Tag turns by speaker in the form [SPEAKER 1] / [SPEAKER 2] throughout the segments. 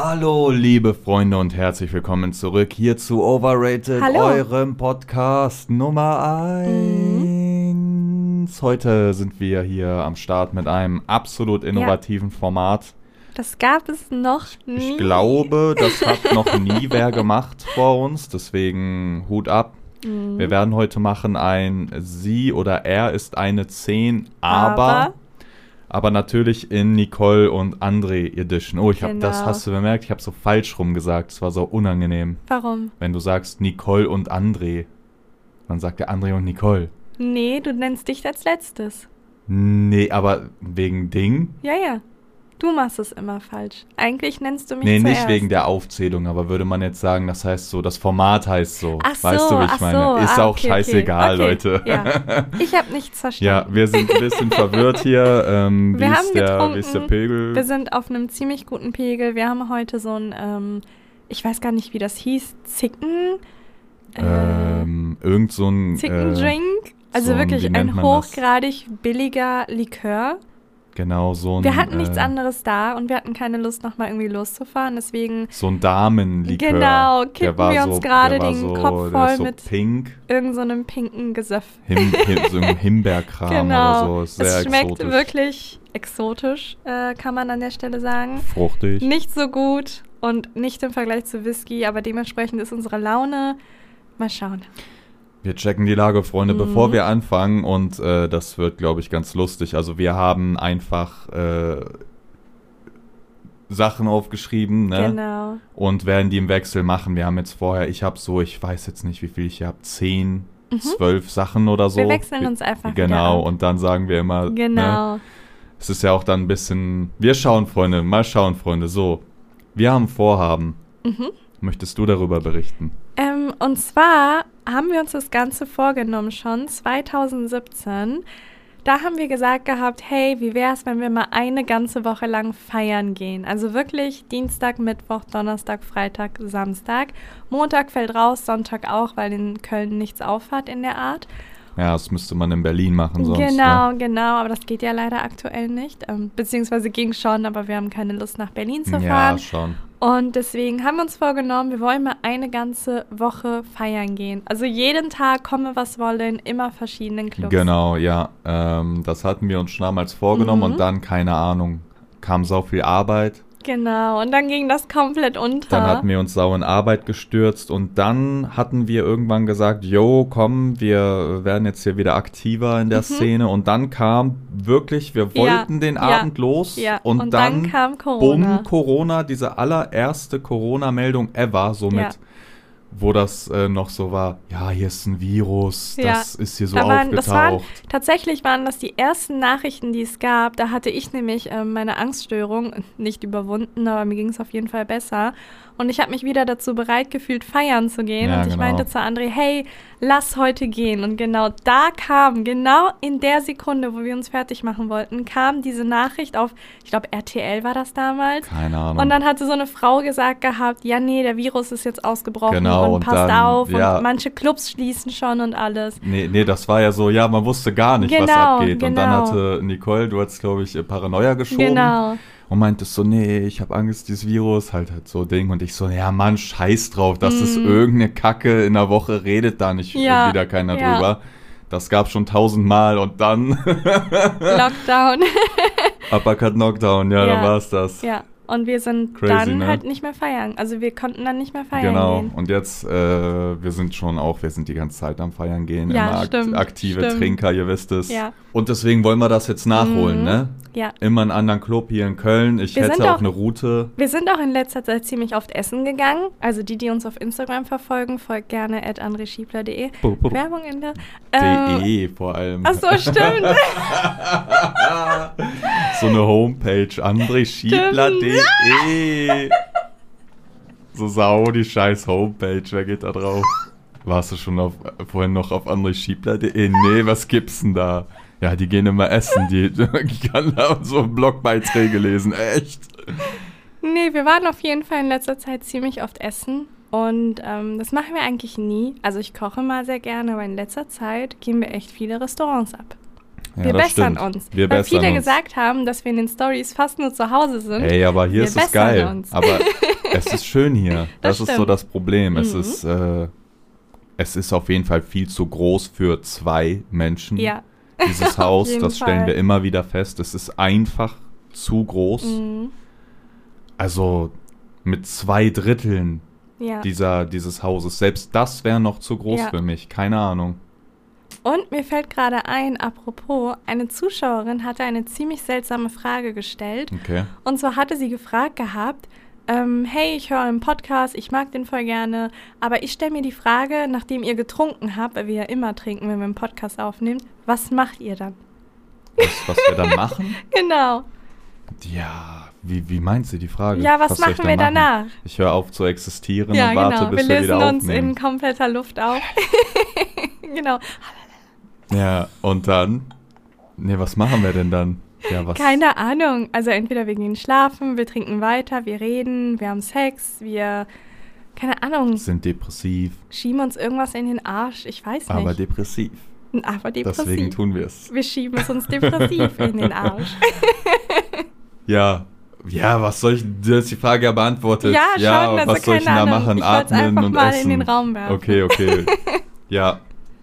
[SPEAKER 1] Hallo, liebe Freunde und herzlich willkommen zurück hier zu Overrated,
[SPEAKER 2] Hallo.
[SPEAKER 1] eurem Podcast Nummer 1. Heute sind wir hier am Start mit einem absolut innovativen Format.
[SPEAKER 2] Das gab es noch nie.
[SPEAKER 1] Ich glaube, das hat noch nie wer gemacht vor uns, deswegen Hut ab.
[SPEAKER 2] Hm. Mhm.
[SPEAKER 1] Wir werden heute machen ein Sie oder Er ist eine 10, aber, aber,
[SPEAKER 2] Aber?
[SPEAKER 1] natürlich in Nicole und André Edition. Oh, ich hab, das
[SPEAKER 2] Genau.
[SPEAKER 1] hast du bemerkt, ich habe so falsch rum gesagt, es war so unangenehm.
[SPEAKER 2] Warum?
[SPEAKER 1] Wenn du sagst Nicole und André, dann sagt er André und Nicole.
[SPEAKER 2] Nee, du nennst dich als letztes.
[SPEAKER 1] Nee, aber wegen Ding?
[SPEAKER 2] Ja, ja. Du machst es immer falsch. Eigentlich nennst du mich
[SPEAKER 1] Nee,
[SPEAKER 2] zuerst.
[SPEAKER 1] nicht wegen der Aufzählung, aber würde man jetzt sagen, das heißt so, das Format heißt so.
[SPEAKER 2] Ach so,
[SPEAKER 1] weißt du, wie ich
[SPEAKER 2] ach
[SPEAKER 1] meine?
[SPEAKER 2] so.
[SPEAKER 1] Ist
[SPEAKER 2] ah,
[SPEAKER 1] auch
[SPEAKER 2] okay,
[SPEAKER 1] scheißegal,
[SPEAKER 2] okay.
[SPEAKER 1] Leute.
[SPEAKER 2] Okay. Ja. Ich habe nichts
[SPEAKER 1] Ja,
[SPEAKER 2] verstanden.
[SPEAKER 1] wir sind ein bisschen verwirrt hier. Ähm, wie,
[SPEAKER 2] Wir
[SPEAKER 1] ist
[SPEAKER 2] haben
[SPEAKER 1] der, wie ist der
[SPEAKER 2] getrunken.
[SPEAKER 1] Pegel?
[SPEAKER 2] Wir sind auf einem ziemlich guten Pegel. Wir haben heute so ein, ähm, ich weiß gar nicht, wie das hieß, Zicken. äh,
[SPEAKER 1] ähm, irgend so ein. Äh,
[SPEAKER 2] Zickendrink. Also
[SPEAKER 1] so ein- wie
[SPEAKER 2] wirklich
[SPEAKER 1] nennt
[SPEAKER 2] ein
[SPEAKER 1] man das?
[SPEAKER 2] hochgradig billiger Likör.
[SPEAKER 1] genau, so ein.
[SPEAKER 2] Wir hatten
[SPEAKER 1] äh,
[SPEAKER 2] nichts anderes da und wir hatten keine Lust, nochmal irgendwie loszufahren. Deswegen
[SPEAKER 1] So ein Damenlikör.
[SPEAKER 2] Genau,
[SPEAKER 1] Der
[SPEAKER 2] kippen
[SPEAKER 1] war
[SPEAKER 2] wir uns
[SPEAKER 1] so-
[SPEAKER 2] gerade
[SPEAKER 1] der war
[SPEAKER 2] den
[SPEAKER 1] so,
[SPEAKER 2] Kopf
[SPEAKER 1] der ist
[SPEAKER 2] voll
[SPEAKER 1] so
[SPEAKER 2] mit-
[SPEAKER 1] Pink.
[SPEAKER 2] irgend so einem pinken Gesöff.
[SPEAKER 1] Him, him, so ein Himbeerkram oder so.
[SPEAKER 2] genau.
[SPEAKER 1] Ist sehr
[SPEAKER 2] es schmeckt
[SPEAKER 1] exotisch.
[SPEAKER 2] wirklich exotisch, äh, kann man an der Stelle sagen.
[SPEAKER 1] Fruchtig.
[SPEAKER 2] Nicht so gut und nicht im Vergleich zu Whisky, aber dementsprechend ist unsere Laune. Mal schauen.
[SPEAKER 1] Wir checken die Lage, Freunde,
[SPEAKER 2] Mhm.
[SPEAKER 1] bevor wir anfangen. Und äh, das wird, glaube ich, ganz lustig. Also wir haben einfach äh, Sachen aufgeschrieben, ne?
[SPEAKER 2] Genau.
[SPEAKER 1] Und werden die im Wechsel machen. Wir haben jetzt vorher, ich habe so, ich weiß jetzt nicht, wie viel ich hier habe, zehn, zwölf Sachen oder so.
[SPEAKER 2] Mhm. Wir wechseln uns einfach wieder
[SPEAKER 1] Genau,
[SPEAKER 2] ab.
[SPEAKER 1] und dann sagen wir immer, ne?
[SPEAKER 2] Genau.
[SPEAKER 1] Es ist ja auch dann ein bisschen. Wir schauen, Freunde, mal schauen, Freunde. So, wir haben Vorhaben.
[SPEAKER 2] Mhm.
[SPEAKER 1] Möchtest du darüber berichten?
[SPEAKER 2] Ähm, und zwar haben wir uns das Ganze vorgenommen schon 2017. Da haben wir gesagt gehabt, hey, wie wäre es, wenn wir mal eine ganze Woche lang feiern gehen? Also wirklich Dienstag, Mittwoch, Donnerstag, Freitag, Samstag. Montag fällt raus, Sonntag auch, weil in Köln nichts aufhat in der Art.
[SPEAKER 1] Ja, das müsste man in Berlin machen sonst.
[SPEAKER 2] genau,
[SPEAKER 1] Ne?
[SPEAKER 2] genau, aber das geht ja leider aktuell nicht. Ähm, beziehungsweise ging schon, aber wir haben keine Lust nach Berlin zu fahren.
[SPEAKER 1] Ja, schon.
[SPEAKER 2] Und deswegen haben wir uns vorgenommen, wir wollen mal eine ganze Woche feiern gehen. Also jeden Tag komme was wollen, immer verschiedenen Clubs.
[SPEAKER 1] Genau, ja. Ähm, das hatten wir uns schon damals vorgenommen
[SPEAKER 2] Mhm.
[SPEAKER 1] und dann, keine Ahnung, kam sau viel Arbeit.
[SPEAKER 2] Genau. Und dann ging das komplett unter.
[SPEAKER 1] Dann hatten wir uns sau in Arbeit gestürzt und dann hatten wir irgendwann gesagt, jo, komm, wir werden jetzt hier wieder aktiver in der Szene. Und dann kam wirklich, wir
[SPEAKER 2] Mhm. Ja,
[SPEAKER 1] wollten den
[SPEAKER 2] ja,
[SPEAKER 1] Abend los
[SPEAKER 2] ja.
[SPEAKER 1] und,
[SPEAKER 2] Und
[SPEAKER 1] dann,
[SPEAKER 2] dann kam Corona.
[SPEAKER 1] Bumm, Corona, diese allererste Corona-Meldung ever, somit.
[SPEAKER 2] Ja.
[SPEAKER 1] Wo das äh, noch so war, ja, hier ist ein Virus,
[SPEAKER 2] Ja.
[SPEAKER 1] das ist hier so
[SPEAKER 2] Da waren, das waren,
[SPEAKER 1] aufgetaucht.
[SPEAKER 2] tatsächlich waren das die ersten Nachrichten, die es gab. Da hatte ich nämlich ähm, meine Angststörung nicht überwunden, aber mir ging es auf jeden Fall besser. Und ich habe mich wieder dazu bereit gefühlt, feiern zu gehen.
[SPEAKER 1] Ja,
[SPEAKER 2] und ich
[SPEAKER 1] genau.
[SPEAKER 2] meinte zu André, hey, lass heute gehen. Und genau da kam, genau in der Sekunde, wo wir uns fertig machen wollten, kam diese Nachricht auf, ich glaube, RTL war das damals.
[SPEAKER 1] Keine Ahnung.
[SPEAKER 2] Und dann hatte so eine Frau gesagt gehabt, ja, nee, der Virus ist jetzt ausgebrochen
[SPEAKER 1] Genau,
[SPEAKER 2] und,
[SPEAKER 1] und
[SPEAKER 2] passt
[SPEAKER 1] dann,
[SPEAKER 2] auf
[SPEAKER 1] ja.
[SPEAKER 2] und manche Clubs schließen schon und alles.
[SPEAKER 1] Nee, nee, das war ja so, ja, man wusste gar nicht, was
[SPEAKER 2] Genau,
[SPEAKER 1] abgeht. Und dann
[SPEAKER 2] genau.
[SPEAKER 1] hatte Nicole, du hattest, glaube ich, äh, Paranoia geschoben.
[SPEAKER 2] Genau.
[SPEAKER 1] Und meintest so, nee, ich habe Angst, dieses Virus, halt halt so Ding. Und ich so, ja, Mann, scheiß drauf, das ist irgendeine Kacke, in der Woche redet da nicht
[SPEAKER 2] Mhm. Ja,
[SPEAKER 1] wieder keiner
[SPEAKER 2] ja.
[SPEAKER 1] drüber. Das gab schon tausendmal und dann
[SPEAKER 2] Lockdown.
[SPEAKER 1] Uppercut Knockdown, ja,
[SPEAKER 2] Ja.
[SPEAKER 1] dann war's das.
[SPEAKER 2] ja. Und wir sind
[SPEAKER 1] Crazy,
[SPEAKER 2] dann
[SPEAKER 1] ne?
[SPEAKER 2] halt nicht mehr feiern. Also wir konnten dann nicht mehr feiern
[SPEAKER 1] Genau,
[SPEAKER 2] gehen.
[SPEAKER 1] und jetzt, äh, wir sind schon auch, wir sind die ganze Zeit am Feiern gehen,
[SPEAKER 2] Ja,
[SPEAKER 1] immer ak
[SPEAKER 2] stimmt,
[SPEAKER 1] aktive
[SPEAKER 2] stimmt.
[SPEAKER 1] Trinker, ihr wisst es.
[SPEAKER 2] Ja.
[SPEAKER 1] Und deswegen wollen wir das jetzt nachholen,
[SPEAKER 2] Mhm.
[SPEAKER 1] ne?
[SPEAKER 2] Ja.
[SPEAKER 1] Immer einen anderen Club hier in Köln. Ich
[SPEAKER 2] Wir
[SPEAKER 1] hätte
[SPEAKER 2] sind
[SPEAKER 1] auch
[SPEAKER 2] auch-
[SPEAKER 1] eine Route.
[SPEAKER 2] Wir sind auch in letzter Zeit ziemlich oft essen gegangen. Also die, die uns auf Instagram verfolgen, folgt gerne at andreschiebler.de.
[SPEAKER 1] Bu- bu-
[SPEAKER 2] Werbung in der...
[SPEAKER 1] E.
[SPEAKER 2] Ähm,
[SPEAKER 1] DE vor allem.
[SPEAKER 2] ach so, stimmt.
[SPEAKER 1] So eine Homepage. andreschiebler.de. E. So sau die scheiß Homepage. Wer geht da drauf? Warst du schon auf, vorhin noch auf andreschiebler.de? E? Nee, was gibt's denn da? Ja, die gehen immer essen. Die, die kann da so Blogbeiträge lesen. Echt?
[SPEAKER 2] Nee, wir waren auf jeden Fall in letzter Zeit ziemlich oft essen. Und ähm, das machen wir eigentlich nie. Also ich koche mal sehr gerne, aber in letzter Zeit gehen wir echt viele Restaurants ab.
[SPEAKER 1] Ja,
[SPEAKER 2] wir
[SPEAKER 1] das
[SPEAKER 2] bessern
[SPEAKER 1] stimmt.
[SPEAKER 2] uns.
[SPEAKER 1] Wir
[SPEAKER 2] weil
[SPEAKER 1] bessern
[SPEAKER 2] viele
[SPEAKER 1] uns.
[SPEAKER 2] gesagt haben, dass wir in den Stories fast nur zu Hause sind.
[SPEAKER 1] Hey, aber hier
[SPEAKER 2] Wir
[SPEAKER 1] ist es
[SPEAKER 2] bessern
[SPEAKER 1] geil.
[SPEAKER 2] uns.
[SPEAKER 1] Aber es ist schön hier. Das,
[SPEAKER 2] Das
[SPEAKER 1] ist so
[SPEAKER 2] stimmt.
[SPEAKER 1] das Problem. Es
[SPEAKER 2] Mhm.
[SPEAKER 1] ist äh, es ist auf jeden Fall viel zu groß für zwei Menschen.
[SPEAKER 2] Ja.
[SPEAKER 1] Dieses Haus,
[SPEAKER 2] jeden
[SPEAKER 1] das stellen
[SPEAKER 2] Fall.
[SPEAKER 1] wir immer wieder fest. Es ist einfach zu groß.
[SPEAKER 2] Mhm.
[SPEAKER 1] Also mit zwei Dritteln
[SPEAKER 2] Ja.
[SPEAKER 1] dieser, dieses Hauses. Selbst das wäre noch zu groß
[SPEAKER 2] Ja.
[SPEAKER 1] für mich. Keine Ahnung.
[SPEAKER 2] Und mir fällt gerade ein, apropos, eine Zuschauerin hatte eine ziemlich seltsame Frage gestellt.
[SPEAKER 1] Okay.
[SPEAKER 2] Und zwar hatte sie gefragt gehabt, ähm, hey, ich höre einen Podcast, ich mag den voll gerne, aber ich stelle mir die Frage, nachdem ihr getrunken habt, weil wir ja immer trinken, wenn wir einen Podcast aufnehmen, was macht ihr dann?
[SPEAKER 1] Was, was wir dann machen?
[SPEAKER 2] Genau.
[SPEAKER 1] Ja, wie, wie meinst du die Frage?
[SPEAKER 2] Ja, was
[SPEAKER 1] soll ich dann
[SPEAKER 2] machen wir danach?
[SPEAKER 1] Ich höre auf zu existieren
[SPEAKER 2] ja,
[SPEAKER 1] und warte,
[SPEAKER 2] genau.
[SPEAKER 1] bis
[SPEAKER 2] Wir
[SPEAKER 1] wir,
[SPEAKER 2] lösen
[SPEAKER 1] wieder
[SPEAKER 2] uns
[SPEAKER 1] aufnehmen.
[SPEAKER 2] in kompletter Luft auf. genau.
[SPEAKER 1] Ja, und dann? Nee, was machen wir denn dann? Ja, was?
[SPEAKER 2] Keine Ahnung. Also entweder wir gehen schlafen, wir trinken weiter, wir reden, wir haben Sex, wir, keine Ahnung,
[SPEAKER 1] Sind depressiv,
[SPEAKER 2] schieben uns irgendwas in den Arsch. Ich weiß
[SPEAKER 1] aber
[SPEAKER 2] nicht.
[SPEAKER 1] depressiv.
[SPEAKER 2] aber
[SPEAKER 1] Deswegen
[SPEAKER 2] depressiv.
[SPEAKER 1] tun wir es.
[SPEAKER 2] Wir schieben es uns depressiv in den Arsch.
[SPEAKER 1] Ja. Ja, was soll ich, du hast die Frage ja beantwortet.
[SPEAKER 2] Ja, schon, also
[SPEAKER 1] was soll ich denn
[SPEAKER 2] keine
[SPEAKER 1] da
[SPEAKER 2] Ahnung.
[SPEAKER 1] machen?
[SPEAKER 2] Ich wollt's
[SPEAKER 1] Atmen
[SPEAKER 2] einfach
[SPEAKER 1] und
[SPEAKER 2] mal in
[SPEAKER 1] essen.
[SPEAKER 2] den Raum werfen.
[SPEAKER 1] Okay, okay. ja.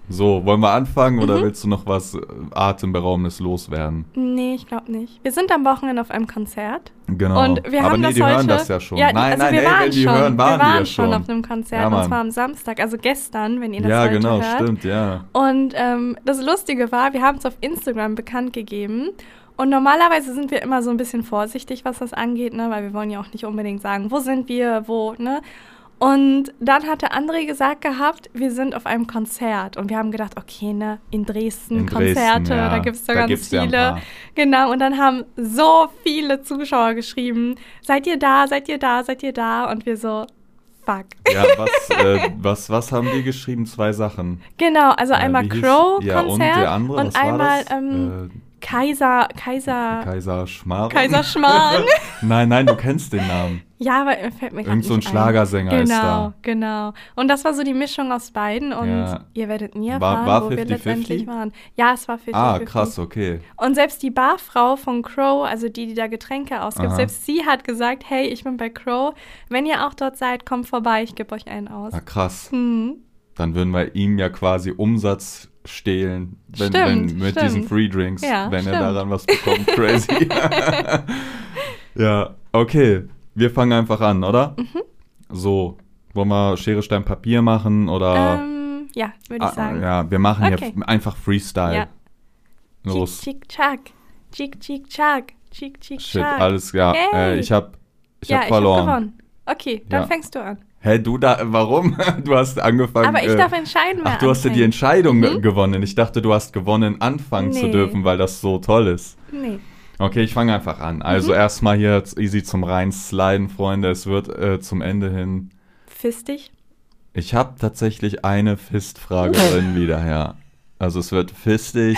[SPEAKER 1] So, wollen wir anfangen
[SPEAKER 2] Mhm.
[SPEAKER 1] oder willst du noch was äh, Atemberaubendes loswerden?
[SPEAKER 2] Nee, ich glaube nicht. Wir sind am Wochenende auf einem Konzert.
[SPEAKER 1] Genau.
[SPEAKER 2] Und wir
[SPEAKER 1] Aber
[SPEAKER 2] haben
[SPEAKER 1] nee,
[SPEAKER 2] das
[SPEAKER 1] die
[SPEAKER 2] heute,
[SPEAKER 1] hören das ja schon.
[SPEAKER 2] Ja,
[SPEAKER 1] nein,
[SPEAKER 2] also
[SPEAKER 1] nein,
[SPEAKER 2] wir
[SPEAKER 1] ey,
[SPEAKER 2] waren
[SPEAKER 1] wenn die
[SPEAKER 2] schon,
[SPEAKER 1] hören, waren,
[SPEAKER 2] wir waren
[SPEAKER 1] die ja
[SPEAKER 2] schon.
[SPEAKER 1] schon.
[SPEAKER 2] auf einem Konzert
[SPEAKER 1] Ja,
[SPEAKER 2] und
[SPEAKER 1] Mann.
[SPEAKER 2] zwar am Samstag, also gestern, wenn ihr das
[SPEAKER 1] ja,
[SPEAKER 2] heute
[SPEAKER 1] genau,
[SPEAKER 2] hört.
[SPEAKER 1] stimmt, ja.
[SPEAKER 2] Und ähm, das Lustige war, wir haben es auf Instagram bekannt gegeben. Und normalerweise sind wir immer so ein bisschen vorsichtig, was das angeht, ne? weil wir wollen ja auch nicht unbedingt sagen, wo sind wir, wo, ne? Und dann hatte André gesagt gehabt, wir sind auf einem Konzert. Und wir haben gedacht, okay, ne, in Dresden,
[SPEAKER 1] In Dresden,
[SPEAKER 2] Konzerte,
[SPEAKER 1] ja.
[SPEAKER 2] da gibt es doch
[SPEAKER 1] Da
[SPEAKER 2] ganz
[SPEAKER 1] gibt's ja ein
[SPEAKER 2] viele.
[SPEAKER 1] paar.
[SPEAKER 2] genau, und dann haben so viele Zuschauer geschrieben, seid ihr da, seid ihr da, seid ihr da? Und wir so, fuck.
[SPEAKER 1] Ja, was, äh, was, was haben die geschrieben? Zwei Sachen. Äh,
[SPEAKER 2] Genau, also einmal
[SPEAKER 1] wie hieß-
[SPEAKER 2] Crow-Konzert
[SPEAKER 1] ja, und der andere, was war
[SPEAKER 2] einmal
[SPEAKER 1] das?
[SPEAKER 2] Ähm,
[SPEAKER 1] Äh,
[SPEAKER 2] Kaiser, Kaiser,
[SPEAKER 1] Kaiser Schmarrn.
[SPEAKER 2] Kaiser Schmarrn.
[SPEAKER 1] nein, nein, du kennst den Namen.
[SPEAKER 2] ja, aber mir fällt mir gerade
[SPEAKER 1] Irgend so ein
[SPEAKER 2] nicht ein.
[SPEAKER 1] Schlagersänger
[SPEAKER 2] genau,
[SPEAKER 1] ist da.
[SPEAKER 2] Genau, Und das war so die Mischung aus beiden und
[SPEAKER 1] Ja.
[SPEAKER 2] ihr werdet nie
[SPEAKER 1] War-
[SPEAKER 2] erfahren,
[SPEAKER 1] war
[SPEAKER 2] wo wir
[SPEAKER 1] 50-50?
[SPEAKER 2] letztendlich waren. Ja, es war 50
[SPEAKER 1] Ah, krass, okay.
[SPEAKER 2] Und selbst die Barfrau von Crow, also die, die da Getränke ausgibt,
[SPEAKER 1] Aha.
[SPEAKER 2] selbst sie hat gesagt, hey, ich bin bei Crow, wenn ihr auch dort seid, kommt vorbei, ich gebe euch einen aus.
[SPEAKER 1] Ah, krass.
[SPEAKER 2] Hm.
[SPEAKER 1] Dann würden wir ihm ja quasi Umsatz stehlen, wenn,
[SPEAKER 2] Stimmt,
[SPEAKER 1] wenn, mit
[SPEAKER 2] stimmt.
[SPEAKER 1] diesen Free Drinks,
[SPEAKER 2] Ja,
[SPEAKER 1] wenn er
[SPEAKER 2] stimmt.
[SPEAKER 1] daran was bekommt. Crazy. ja, okay. Wir fangen einfach an, oder?
[SPEAKER 2] Mhm.
[SPEAKER 1] So, wollen wir Schere, Stein, Papier machen oder?
[SPEAKER 2] Ähm, ja, würde ich
[SPEAKER 1] Ah,
[SPEAKER 2] sagen.
[SPEAKER 1] Ja, wir machen
[SPEAKER 2] Okay.
[SPEAKER 1] hier einfach Freestyle.
[SPEAKER 2] Ja.
[SPEAKER 1] Los.
[SPEAKER 2] Chick, chick, chack. Chick, chick, chack. Chick, chick,
[SPEAKER 1] Shit,
[SPEAKER 2] chack.
[SPEAKER 1] alles klar.
[SPEAKER 2] Yay.
[SPEAKER 1] Äh, ich hab, ich
[SPEAKER 2] ja,
[SPEAKER 1] hab verloren.
[SPEAKER 2] Ich hab gewonnen. Okay, dann
[SPEAKER 1] Ja.
[SPEAKER 2] fängst du an.
[SPEAKER 1] Hä, du da, warum? Du hast angefangen.
[SPEAKER 2] Aber ich
[SPEAKER 1] äh,
[SPEAKER 2] darf entscheiden, wer
[SPEAKER 1] Ach, du hast ja die
[SPEAKER 2] anfängt.
[SPEAKER 1] Entscheidung ge- gewonnen. Ich dachte, du hast gewonnen, anfangen zu
[SPEAKER 2] Mhm. Nee.
[SPEAKER 1] dürfen, weil das so toll ist.
[SPEAKER 2] Nee.
[SPEAKER 1] Okay, ich fange einfach an. Also
[SPEAKER 2] Mhm.
[SPEAKER 1] erstmal hier z- easy zum reinsliden, Freunde. Es wird äh, zum Ende hin.
[SPEAKER 2] Fistig?
[SPEAKER 1] Ich habe tatsächlich eine Fistfrage drin wieder, ja. Also es wird fistig.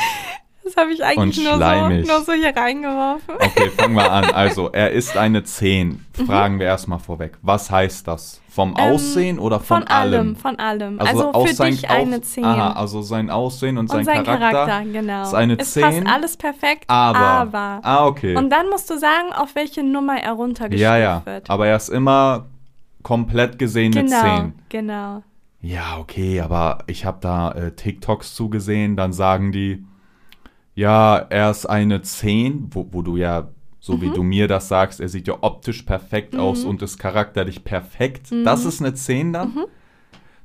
[SPEAKER 2] Das habe ich eigentlich
[SPEAKER 1] Und
[SPEAKER 2] nur so,
[SPEAKER 1] schleimig.
[SPEAKER 2] nur so hier reingeworfen.
[SPEAKER 1] Okay, fangen wir an. Also, er ist eine 10. Fragen wir erstmal vorweg. Was heißt das? Vom
[SPEAKER 2] Mhm. Ähm,
[SPEAKER 1] Aussehen oder von, allem?
[SPEAKER 2] Von allem.
[SPEAKER 1] Also,
[SPEAKER 2] Also,
[SPEAKER 1] aus
[SPEAKER 2] für
[SPEAKER 1] sein,
[SPEAKER 2] dich
[SPEAKER 1] auf-
[SPEAKER 2] eine 10.
[SPEAKER 1] Aha, also sein Aussehen und,
[SPEAKER 2] und
[SPEAKER 1] sein, Charakter,
[SPEAKER 2] genau.
[SPEAKER 1] ist eine
[SPEAKER 2] es
[SPEAKER 1] 10.
[SPEAKER 2] passt alles perfekt,
[SPEAKER 1] aber,
[SPEAKER 2] aber.
[SPEAKER 1] Ah, okay.
[SPEAKER 2] Und dann musst du sagen, auf welche Nummer er runtergestuft
[SPEAKER 1] ja, ja.
[SPEAKER 2] wird.
[SPEAKER 1] Aber er ist immer komplett gesehen eine
[SPEAKER 2] genau,
[SPEAKER 1] 10.
[SPEAKER 2] genau.
[SPEAKER 1] Ja, okay, aber ich habe da äh, TikToks zugesehen, dann sagen die, ja, er ist eine 10, wo, wo du ja, so
[SPEAKER 2] Mhm.
[SPEAKER 1] wie du mir das sagst, er sieht ja optisch perfekt aus und ist charakterlich perfekt. Das
[SPEAKER 2] Mhm.
[SPEAKER 1] ist eine 10 dann?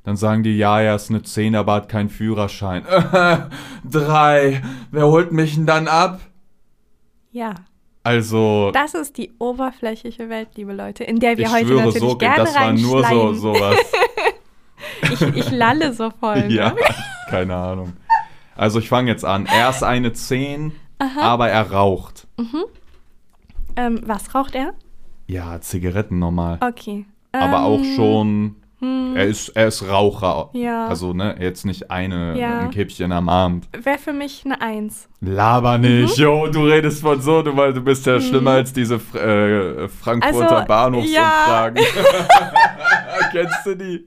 [SPEAKER 1] Dann sagen die, ja, er ist eine 10, aber hat keinen Führerschein. Drei, wer holt mich denn dann ab?
[SPEAKER 2] Ja.
[SPEAKER 1] Also,
[SPEAKER 2] Das ist die oberflächliche Welt, liebe Leute, in der wir
[SPEAKER 1] ich
[SPEAKER 2] heute
[SPEAKER 1] schwöre,
[SPEAKER 2] natürlich
[SPEAKER 1] so,
[SPEAKER 2] gerne
[SPEAKER 1] das war nur so,
[SPEAKER 2] reinschleimen.
[SPEAKER 1] sowas.
[SPEAKER 2] Ich, ich lalle so voll. ne?
[SPEAKER 1] Ja, keine Ahnung. Also ich fange jetzt an. Er ist eine 10, aber er raucht.
[SPEAKER 2] Ähm, was raucht er?
[SPEAKER 1] Ja, Zigaretten normal.
[SPEAKER 2] Okay.
[SPEAKER 1] Aber auch
[SPEAKER 2] Ähm, hm.
[SPEAKER 1] schon. Er ist, er ist Raucher.
[SPEAKER 2] Ja.
[SPEAKER 1] Also, ne, jetzt nicht eine,
[SPEAKER 2] Ja.
[SPEAKER 1] ein Käppchen am Abend.
[SPEAKER 2] Wäre für mich eine Eins.
[SPEAKER 1] Laber
[SPEAKER 2] Mhm.
[SPEAKER 1] nicht, jo, du redest von so, du, weil du bist ja schlimmer als diese Fr äh, Frankfurter
[SPEAKER 2] Also,
[SPEAKER 1] Bahnhofsumfragen. Kennst du die?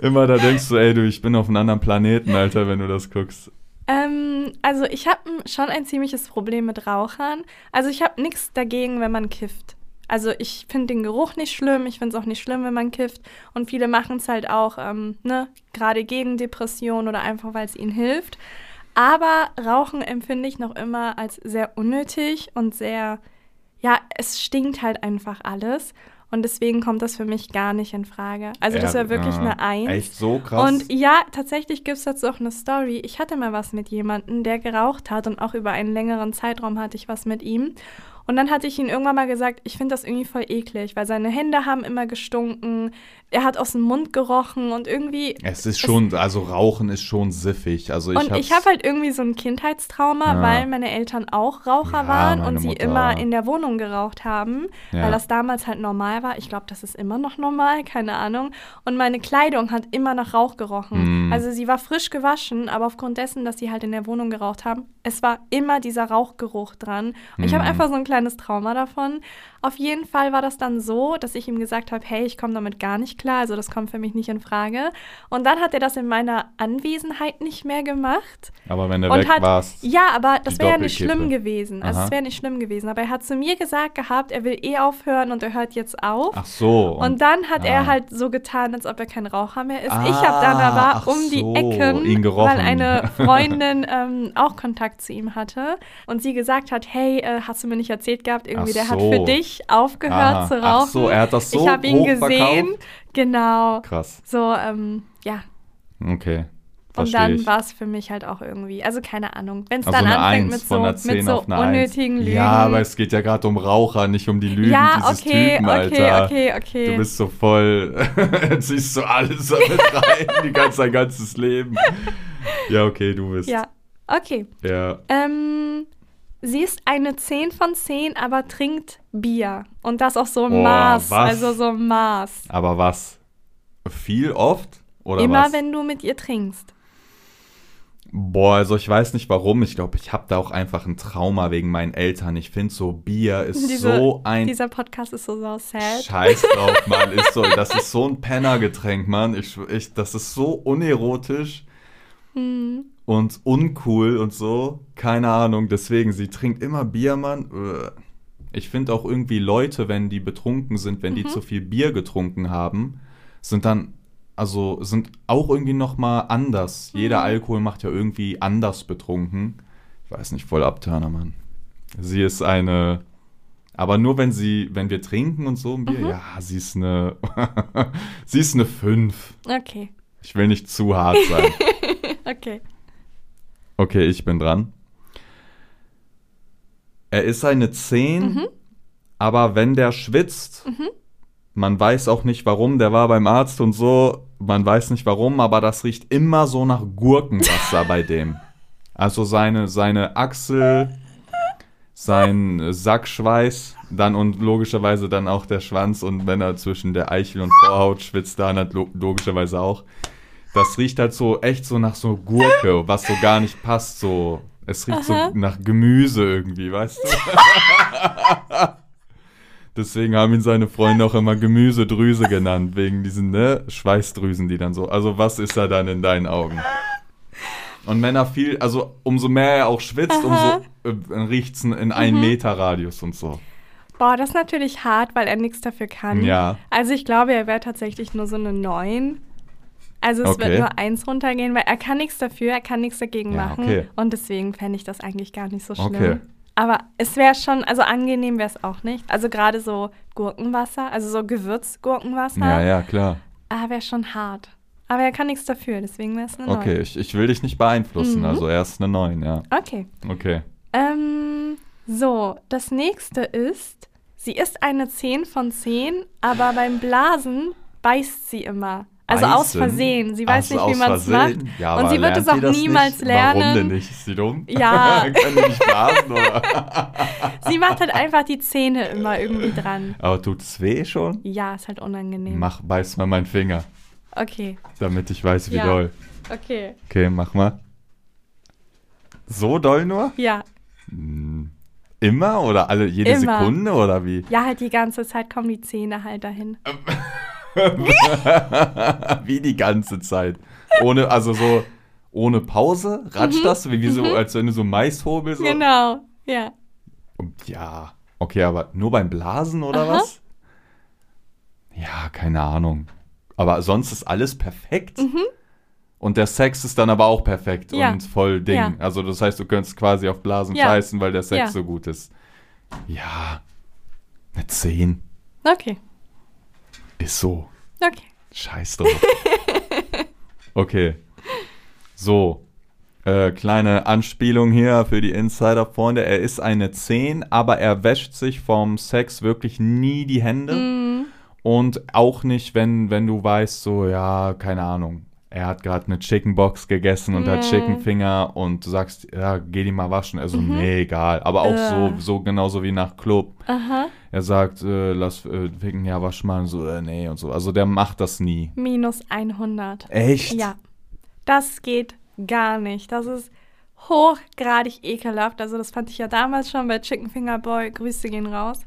[SPEAKER 1] Immer da denkst du, ey, du, ich bin auf einem anderen Planeten, Alter, wenn du das guckst.
[SPEAKER 2] Ähm, also ich habe schon ein ziemliches Problem mit Rauchern. Also ich habe nichts dagegen, wenn man kifft. Also ich finde den Geruch nicht schlimm, ich finde es auch nicht schlimm, wenn man kifft. Und viele machen es halt auch, ähm, ne, gerade gegen Depressionen oder einfach, weil es ihnen hilft. Aber Rauchen empfinde ich noch immer als sehr unnötig und sehr, ja, es stinkt halt einfach alles. Und deswegen kommt das für mich gar nicht in Frage. Also das wäre
[SPEAKER 1] ah,
[SPEAKER 2] wirklich eine Eins.
[SPEAKER 1] äh, Echt so krass.
[SPEAKER 2] Und ja, tatsächlich gibt es dazu auch eine Story. Ich hatte mal was mit jemandem, der geraucht hat und auch über einen längeren Zeitraum hatte ich was mit ihm. Und dann hatte ich ihn irgendwann mal gesagt, ich finde das irgendwie voll eklig, weil seine Hände haben immer gestunken, er hat aus dem Mund gerochen und irgendwie.
[SPEAKER 1] es ist schon, also Rauchen ist schon siffig. Also ich
[SPEAKER 2] und ich habe halt irgendwie so ein Kindheitstrauma,
[SPEAKER 1] Ja.
[SPEAKER 2] weil meine Eltern auch Raucher
[SPEAKER 1] Ja,
[SPEAKER 2] waren und
[SPEAKER 1] meine
[SPEAKER 2] sie
[SPEAKER 1] Mutter.
[SPEAKER 2] immer in der Wohnung geraucht haben,
[SPEAKER 1] Ja.
[SPEAKER 2] weil das damals halt normal war. Ich glaube, das ist immer noch normal, keine Ahnung. Und meine Kleidung hat immer nach Rauch gerochen.
[SPEAKER 1] Mm.
[SPEAKER 2] Also sie war frisch gewaschen, aber aufgrund dessen, dass sie halt in der Wohnung geraucht haben, es war immer dieser Rauchgeruch dran. Und ich habe
[SPEAKER 1] Mm.
[SPEAKER 2] einfach so ein kleines Trauma davon. Auf jeden Fall war das dann so, dass ich ihm gesagt habe, hey, ich komme damit gar nicht klar, also das kommt für mich nicht in Frage. Und dann hat er das in meiner Anwesenheit nicht mehr gemacht.
[SPEAKER 1] aber wenn du
[SPEAKER 2] Und
[SPEAKER 1] weg
[SPEAKER 2] hat,
[SPEAKER 1] warst.
[SPEAKER 2] ja, aber das
[SPEAKER 1] die
[SPEAKER 2] wäre ja nicht
[SPEAKER 1] Doppelkippe.
[SPEAKER 2] schlimm gewesen. Also
[SPEAKER 1] Aha.
[SPEAKER 2] es wäre nicht schlimm gewesen. Aber er hat zu mir gesagt gehabt, er will eh aufhören und er hört jetzt auf.
[SPEAKER 1] Ach so.
[SPEAKER 2] und, dann hat er
[SPEAKER 1] ah.
[SPEAKER 2] halt so getan, als ob er kein Raucher mehr ist.
[SPEAKER 1] Ah,
[SPEAKER 2] ich habe dann
[SPEAKER 1] ach
[SPEAKER 2] aber um die
[SPEAKER 1] so, ihn
[SPEAKER 2] Ecken,
[SPEAKER 1] gerochen.
[SPEAKER 2] weil eine Freundin ähm, auch Kontakt zu ihm hatte und sie gesagt hat, hey, äh, hast du mir nicht erzählt gehabt, irgendwie
[SPEAKER 1] Ach
[SPEAKER 2] der hat
[SPEAKER 1] so.
[SPEAKER 2] für dich aufgehört
[SPEAKER 1] Aha.
[SPEAKER 2] zu rauchen.
[SPEAKER 1] Ach so, er hat das so
[SPEAKER 2] ich habe ihn
[SPEAKER 1] hoch
[SPEAKER 2] gesehen,
[SPEAKER 1] verkauft?
[SPEAKER 2] genau.
[SPEAKER 1] Krass.
[SPEAKER 2] So, ähm, ja,
[SPEAKER 1] Okay.
[SPEAKER 2] und
[SPEAKER 1] Verstehe
[SPEAKER 2] dann
[SPEAKER 1] ich.
[SPEAKER 2] war es für mich halt auch irgendwie, also keine Ahnung, wenn es
[SPEAKER 1] Also
[SPEAKER 2] dann
[SPEAKER 1] eine
[SPEAKER 2] anfängt
[SPEAKER 1] Eins
[SPEAKER 2] mit so,
[SPEAKER 1] von einer 10
[SPEAKER 2] mit so
[SPEAKER 1] auf eine Eins.
[SPEAKER 2] unnötigen Lügen.
[SPEAKER 1] Ja, aber es geht ja gerade um Raucher, nicht um die Lügen
[SPEAKER 2] Ja,
[SPEAKER 1] dieses
[SPEAKER 2] okay,
[SPEAKER 1] Typen,
[SPEAKER 2] okay,
[SPEAKER 1] Alter.
[SPEAKER 2] okay, okay.
[SPEAKER 1] Du bist so voll, ziehst so alles damit rein, die ganz, dein ganzes Leben. Ja, okay, du bist.
[SPEAKER 2] ja, okay.
[SPEAKER 1] ja.
[SPEAKER 2] Ähm, sie ist eine 10 von 10, aber trinkt Bier. Und das auch so im
[SPEAKER 1] Boah,
[SPEAKER 2] Maß,
[SPEAKER 1] was?
[SPEAKER 2] also so im Maß.
[SPEAKER 1] Aber was? Viel oft? Oder
[SPEAKER 2] Immer
[SPEAKER 1] was?
[SPEAKER 2] wenn du mit ihr trinkst.
[SPEAKER 1] Boah, also ich weiß nicht warum. Ich glaube, ich habe da auch einfach ein Trauma wegen meinen Eltern. Ich finde so Bier ist
[SPEAKER 2] Diese-
[SPEAKER 1] so ein
[SPEAKER 2] Dieser Podcast ist so, so sad.
[SPEAKER 1] Scheiß drauf, Mann. Ist so, das ist so ein Pennergetränk, Mann. Ich, schw- ich, das ist so unerotisch und uncool und so. Keine Ahnung. Deswegen, sie trinkt immer Bier, Mann. Äh. Ich finde auch irgendwie Leute, wenn die betrunken sind, wenn die zu viel Bier getrunken haben, sind dann also sind auch irgendwie noch mal anders. Jeder Alkohol macht ja irgendwie anders betrunken. Ich weiß nicht, voll Abtörner, Mann. Sie ist eine aber nur wenn sie, wenn wir trinken und so ein Bier, ja, sie ist eine, sie ist eine 5.
[SPEAKER 2] Okay,
[SPEAKER 1] Ich will nicht zu hart sein.
[SPEAKER 2] okay.
[SPEAKER 1] Okay, ich bin dran. Er ist eine 10, aber wenn der schwitzt, man weiß auch nicht warum, der war beim Arzt und so, man weiß nicht warum, aber das riecht immer so nach Gurkenwasser bei dem. Also seine, seine Achsel, sein äh, Sackschweiß, dann und logischerweise dann auch der Schwanz und wenn er zwischen der Eichel und Vorhaut schwitzt, dann hat lo logischerweise auch. Das riecht halt so echt so nach so Gurke, was so gar nicht passt. So, es riecht
[SPEAKER 2] Aha.
[SPEAKER 1] so nach Gemüse irgendwie, weißt du? Deswegen haben ihn seine Freunde auch immer Gemüsedrüse genannt, wegen diesen ne, Schweißdrüsen, die dann so. Also, was ist er dann in deinen Augen? Und wenn er viel, also umso mehr er auch schwitzt,
[SPEAKER 2] Aha. Mhm.
[SPEAKER 1] umso äh, riecht's in in einen Meter Radius und so.
[SPEAKER 2] Boah, das ist natürlich hart, weil er nichts dafür kann.
[SPEAKER 1] Ja.
[SPEAKER 2] Also ich glaube, er wäre tatsächlich nur so eine 9. Also es
[SPEAKER 1] Okay.
[SPEAKER 2] wird nur eins runtergehen, weil er kann nichts dafür, er kann nichts dagegen
[SPEAKER 1] Ja,
[SPEAKER 2] machen.
[SPEAKER 1] okay.
[SPEAKER 2] Und deswegen fände ich das eigentlich gar nicht so schlimm.
[SPEAKER 1] Okay.
[SPEAKER 2] Aber es wäre schon, also angenehm wäre es auch nicht. Also gerade so Gurkenwasser, also so Gewürzgurkenwasser,
[SPEAKER 1] Ja, ja, klar.
[SPEAKER 2] ah, wäre schon hart. Aber er kann nichts dafür, deswegen wäre es eine 9.
[SPEAKER 1] Okay, ich, ich will dich nicht beeinflussen.
[SPEAKER 2] Genau. Mhm.
[SPEAKER 1] Also, er ist eine 9, ja.
[SPEAKER 2] Okay.
[SPEAKER 1] Okay.
[SPEAKER 2] Ähm, so, das nächste ist, sie ist eine 10 von 10, aber beim Blasen beißt sie immer. Also aus
[SPEAKER 1] Beißen?
[SPEAKER 2] Versehen. Sie weiß
[SPEAKER 1] Ach so,
[SPEAKER 2] nicht,
[SPEAKER 1] Also
[SPEAKER 2] wie
[SPEAKER 1] aus
[SPEAKER 2] man es macht.
[SPEAKER 1] Versehen? Ja,
[SPEAKER 2] und
[SPEAKER 1] aber
[SPEAKER 2] sie wird
[SPEAKER 1] lernt
[SPEAKER 2] es auch
[SPEAKER 1] die das
[SPEAKER 2] niemals
[SPEAKER 1] nicht?
[SPEAKER 2] lernen.
[SPEAKER 1] Warum denn nicht? Ist sie dumm?
[SPEAKER 2] Ja.
[SPEAKER 1] Kann die nicht blasen, oder?
[SPEAKER 2] Sie macht halt einfach die Zähne immer irgendwie dran.
[SPEAKER 1] Aber tut's weh schon?
[SPEAKER 2] Ja, ist halt unangenehm.
[SPEAKER 1] Mach, beiß mal meinen Finger,
[SPEAKER 2] Okay,
[SPEAKER 1] damit ich weiß, wie
[SPEAKER 2] Ja.
[SPEAKER 1] doll.
[SPEAKER 2] okay.
[SPEAKER 1] Okay, mach mal. So doll nur?
[SPEAKER 2] Ja.
[SPEAKER 1] Immer oder alle jede
[SPEAKER 2] Immer.
[SPEAKER 1] Sekunde oder wie?
[SPEAKER 2] Ja, halt die ganze Zeit kommen die Zähne halt dahin.
[SPEAKER 1] wie die ganze Zeit. Ohne, also so, ohne Pause, ratscht das, wie, wie so, als wenn du so Mais hobelst. so.
[SPEAKER 2] Mhm. Genau, ja.
[SPEAKER 1] Und Ja, okay, aber nur beim Blasen oder
[SPEAKER 2] Aha.
[SPEAKER 1] was? Ja, keine Ahnung. Aber sonst ist alles perfekt. Und der Sex ist dann aber auch perfekt
[SPEAKER 2] Mhm. Ja.
[SPEAKER 1] und voll Ding.
[SPEAKER 2] Ja.
[SPEAKER 1] Also das heißt, du könntest quasi auf Blasen
[SPEAKER 2] Ja.
[SPEAKER 1] scheißen, weil der Sex
[SPEAKER 2] Ja.
[SPEAKER 1] so gut ist. Ja, eine 10
[SPEAKER 2] Okay,
[SPEAKER 1] ist so.
[SPEAKER 2] okay.
[SPEAKER 1] Scheiß drauf. okay. So. Äh, kleine Anspielung hier für die Insider-Freunde. Er ist eine 10, aber er wäscht sich vom Sex wirklich nie die Hände. Und auch nicht, wenn, wenn du weißt, so, ja, keine Ahnung. Er hat gerade eine Chickenbox gegessen und hat
[SPEAKER 2] Nee.
[SPEAKER 1] Chicken Finger und du sagst, ja, geh die mal waschen. Also, nee, egal. Aber auch so,
[SPEAKER 2] Äh.
[SPEAKER 1] so genauso wie nach Club.
[SPEAKER 2] Aha,
[SPEAKER 1] Er sagt, äh, lass äh, ficken, ja, wasch mal und so, äh, nee und so. Also der macht das nie.
[SPEAKER 2] minus 100.
[SPEAKER 1] Echt?
[SPEAKER 2] Ja, das geht gar nicht. Das ist hochgradig ekelhaft. Also das fand ich ja damals schon bei Chicken Finger Boy. Grüße gehen raus.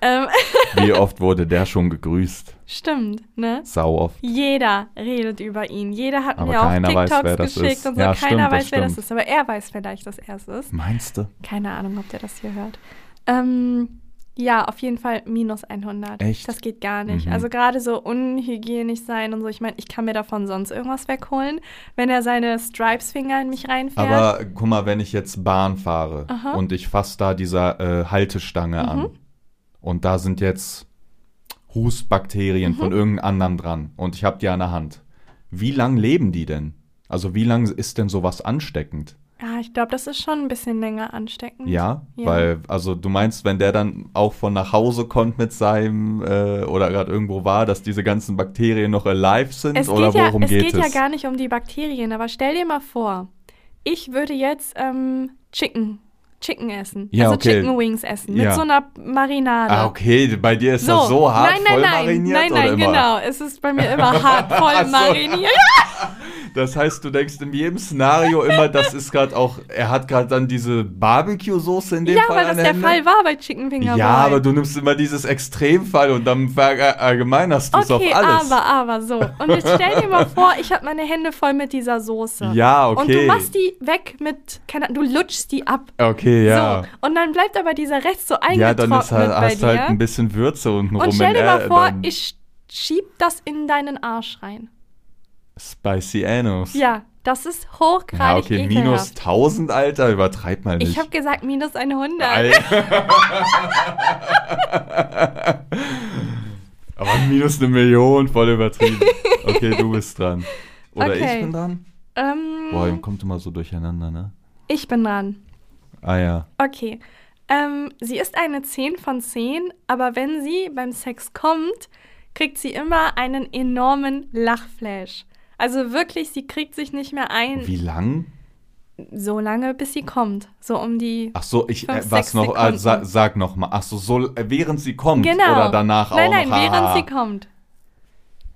[SPEAKER 2] Ähm,
[SPEAKER 1] Wie oft wurde der schon gegrüßt?
[SPEAKER 2] stimmt, ne?
[SPEAKER 1] Sau oft.
[SPEAKER 2] Jeder redet über ihn. Jeder hat
[SPEAKER 1] Aber
[SPEAKER 2] mir auch
[SPEAKER 1] keiner weiß,
[SPEAKER 2] TikToks
[SPEAKER 1] wer das
[SPEAKER 2] geschickt
[SPEAKER 1] ist.
[SPEAKER 2] und so.
[SPEAKER 1] Ja, stimmt,
[SPEAKER 2] keiner
[SPEAKER 1] das
[SPEAKER 2] weiß, wer das
[SPEAKER 1] stimmt.
[SPEAKER 2] ist. Aber er weiß vielleicht, dass er es ist.
[SPEAKER 1] Meinst du?
[SPEAKER 2] Keine Ahnung, ob der das hier hört. Ähm, ja, auf jeden Fall minus 100.
[SPEAKER 1] Echt?
[SPEAKER 2] Das geht gar nicht.
[SPEAKER 1] Mhm.
[SPEAKER 2] Also gerade so unhygienisch sein und so. Ich meine, ich kann mir davon sonst irgendwas wegholen, wenn er seine Stripes-Finger in mich reinfährt.
[SPEAKER 1] Aber äh, guck mal, wenn ich jetzt Bahn fahre
[SPEAKER 2] Aha. Mhm.
[SPEAKER 1] und ich fasse da dieser äh, Haltestange an und da sind jetzt Hustbakterien
[SPEAKER 2] Mhm.
[SPEAKER 1] von irgendeinem anderen dran und ich habe die an der Hand. Wie lang leben die denn? Also wie lang ist denn sowas ansteckend?
[SPEAKER 2] ja, Ah, ich glaube, das ist schon ein bisschen länger ansteckend.
[SPEAKER 1] Ja,
[SPEAKER 2] Ja.
[SPEAKER 1] weil, also du meinst, wenn der dann auch von nach Hause kommt mit seinem äh, oder gerade irgendwo war, dass diese ganzen Bakterien noch alive sind
[SPEAKER 2] Es
[SPEAKER 1] oder
[SPEAKER 2] geht, ja,
[SPEAKER 1] worum
[SPEAKER 2] es
[SPEAKER 1] geht,
[SPEAKER 2] geht ja
[SPEAKER 1] es?
[SPEAKER 2] gar nicht um die Bakterien, aber stell dir mal vor, ich würde jetzt ähm, Chicken, Chicken essen.
[SPEAKER 1] Ja,
[SPEAKER 2] also
[SPEAKER 1] okay.
[SPEAKER 2] Chicken Wings essen mit
[SPEAKER 1] Ja.
[SPEAKER 2] so einer Marinade.
[SPEAKER 1] ah, okay, bei dir ist das so hart
[SPEAKER 2] nein, nein,
[SPEAKER 1] voll
[SPEAKER 2] nein,
[SPEAKER 1] mariniert
[SPEAKER 2] nein, nein,
[SPEAKER 1] oder immer?
[SPEAKER 2] genau. Es ist bei mir immer hart voll
[SPEAKER 1] Ach so.
[SPEAKER 2] mariniert.
[SPEAKER 1] Das heißt, du denkst in jedem Szenario immer, das ist gerade auch, er hat gerade dann diese Barbecue-Soße in dem
[SPEAKER 2] Ja,
[SPEAKER 1] Fall
[SPEAKER 2] weil
[SPEAKER 1] an
[SPEAKER 2] das
[SPEAKER 1] der
[SPEAKER 2] der
[SPEAKER 1] Hände.
[SPEAKER 2] Fall war bei Chicken Finger
[SPEAKER 1] Ja,
[SPEAKER 2] Boy.
[SPEAKER 1] aber du nimmst immer dieses Extremfall und dann verallgemeinerst du es
[SPEAKER 2] Okay,
[SPEAKER 1] auf alles.
[SPEAKER 2] aber, aber so. Und jetzt stell dir mal vor, ich habe meine Hände voll mit dieser Soße.
[SPEAKER 1] Ja, okay.
[SPEAKER 2] also. Und du machst die weg mit, keine Ahnung, du lutschst die ab.
[SPEAKER 1] okay, ja.
[SPEAKER 2] So. Und dann bleibt aber dieser Rest so
[SPEAKER 1] Ja,
[SPEAKER 2] eingetrocknet
[SPEAKER 1] dann ist halt,
[SPEAKER 2] bei
[SPEAKER 1] hast
[SPEAKER 2] dir.
[SPEAKER 1] halt ein bisschen Würze unten rum.
[SPEAKER 2] und stell
[SPEAKER 1] in
[SPEAKER 2] dir mal
[SPEAKER 1] Ä-
[SPEAKER 2] vor,
[SPEAKER 1] dann
[SPEAKER 2] ich schieb das in deinen Arsch rein.
[SPEAKER 1] Spicy Anus.
[SPEAKER 2] Ja, das ist
[SPEAKER 1] ja
[SPEAKER 2] hochgradig
[SPEAKER 1] okay, minus
[SPEAKER 2] ekelhaft.
[SPEAKER 1] 1000, Alter, übertreib mal nicht.
[SPEAKER 2] ich habe gesagt minus 100.
[SPEAKER 1] Al- Aber minus eine Million, voll übertrieben. Okay, du bist dran. Oder
[SPEAKER 2] Okay.
[SPEAKER 1] ich bin dran?
[SPEAKER 2] Ähm,
[SPEAKER 1] Boah, dann kommt immer so durcheinander, ne?
[SPEAKER 2] ich bin dran.
[SPEAKER 1] Ah ja.
[SPEAKER 2] Okay. Ähm, sie ist eine 10 von 10, aber wenn sie beim Sex kommt, kriegt sie immer einen enormen Lachflash. Also wirklich, sie kriegt sich nicht mehr ein,
[SPEAKER 1] Wie lang?
[SPEAKER 2] so lange, bis sie kommt. So um die.
[SPEAKER 1] Ach so, ich äh,
[SPEAKER 2] Fünf,
[SPEAKER 1] was
[SPEAKER 2] sechs
[SPEAKER 1] noch äh, sa
[SPEAKER 2] Sekunden.
[SPEAKER 1] sag noch mal. Ach so, so äh, während sie kommt
[SPEAKER 2] genau.
[SPEAKER 1] oder danach
[SPEAKER 2] nein,
[SPEAKER 1] auch
[SPEAKER 2] Nein,
[SPEAKER 1] noch.
[SPEAKER 2] nein, während
[SPEAKER 1] Ah.
[SPEAKER 2] sie kommt.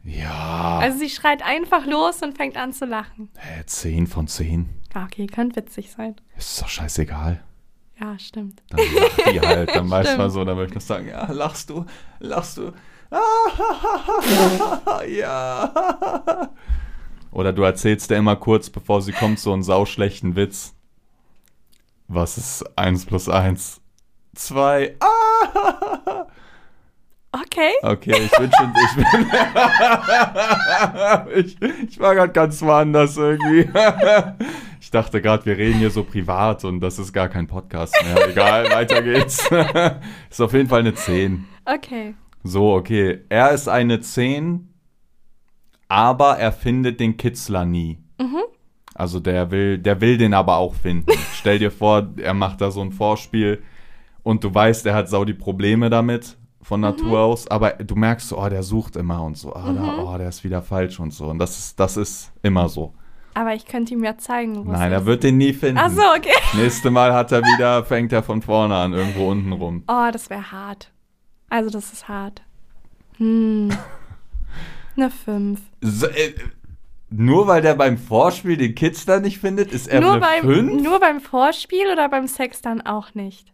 [SPEAKER 1] Ja.
[SPEAKER 2] Also sie schreit einfach los und fängt an zu lachen.
[SPEAKER 1] Hä, 10 von 10.
[SPEAKER 2] Ah, Okay, könnte witzig sein.
[SPEAKER 1] Ist doch scheißegal.
[SPEAKER 2] Ja, stimmt.
[SPEAKER 1] Dann lacht die halt, dann weiß
[SPEAKER 2] Stimmt.
[SPEAKER 1] man so, dann würde ich noch sagen, ja, lachst du, lachst du. Ah, ja. Oder du erzählst dir immer kurz, bevor sie kommt, so einen sauschlechten Witz. Was ist 1 plus 1? 2. Ah.
[SPEAKER 2] Okay.
[SPEAKER 1] Okay, ich bin schon, ich bin, ich, ich war gerade ganz woanders irgendwie. Ich dachte gerade, wir reden hier so privat und das ist gar kein Podcast mehr. Egal, weiter geht's. Ist auf jeden Fall eine 10.
[SPEAKER 2] Okay.
[SPEAKER 1] So, okay. Er ist eine 10, aber er findet den Kitzler nie.
[SPEAKER 2] Mhm.
[SPEAKER 1] Also der will, der will den aber auch finden. Stell dir vor, er macht da so ein Vorspiel und du weißt, er hat sau die Probleme damit
[SPEAKER 2] Mhm.
[SPEAKER 1] von Natur aus, aber du merkst, so, oh, der sucht immer und so, ah,
[SPEAKER 2] Mhm.
[SPEAKER 1] da, oh, der ist wieder falsch und so. Und das ist, das ist immer so.
[SPEAKER 2] Aber ich könnte ihm ja zeigen, wo
[SPEAKER 1] Nein,
[SPEAKER 2] es
[SPEAKER 1] er wird den nie finden.
[SPEAKER 2] Ach so, okay.
[SPEAKER 1] Nächste Mal hat er wieder, fängt er von vorne an, irgendwo unten rum.
[SPEAKER 2] Oh, das wäre hart. Also, das ist hart. Hm. Eine 5.
[SPEAKER 1] So, äh, nur weil der beim Vorspiel den Kitzler nicht findet, ist er
[SPEAKER 2] Nur
[SPEAKER 1] eine
[SPEAKER 2] beim,
[SPEAKER 1] 5?
[SPEAKER 2] nur beim Vorspiel oder beim Sex dann auch nicht?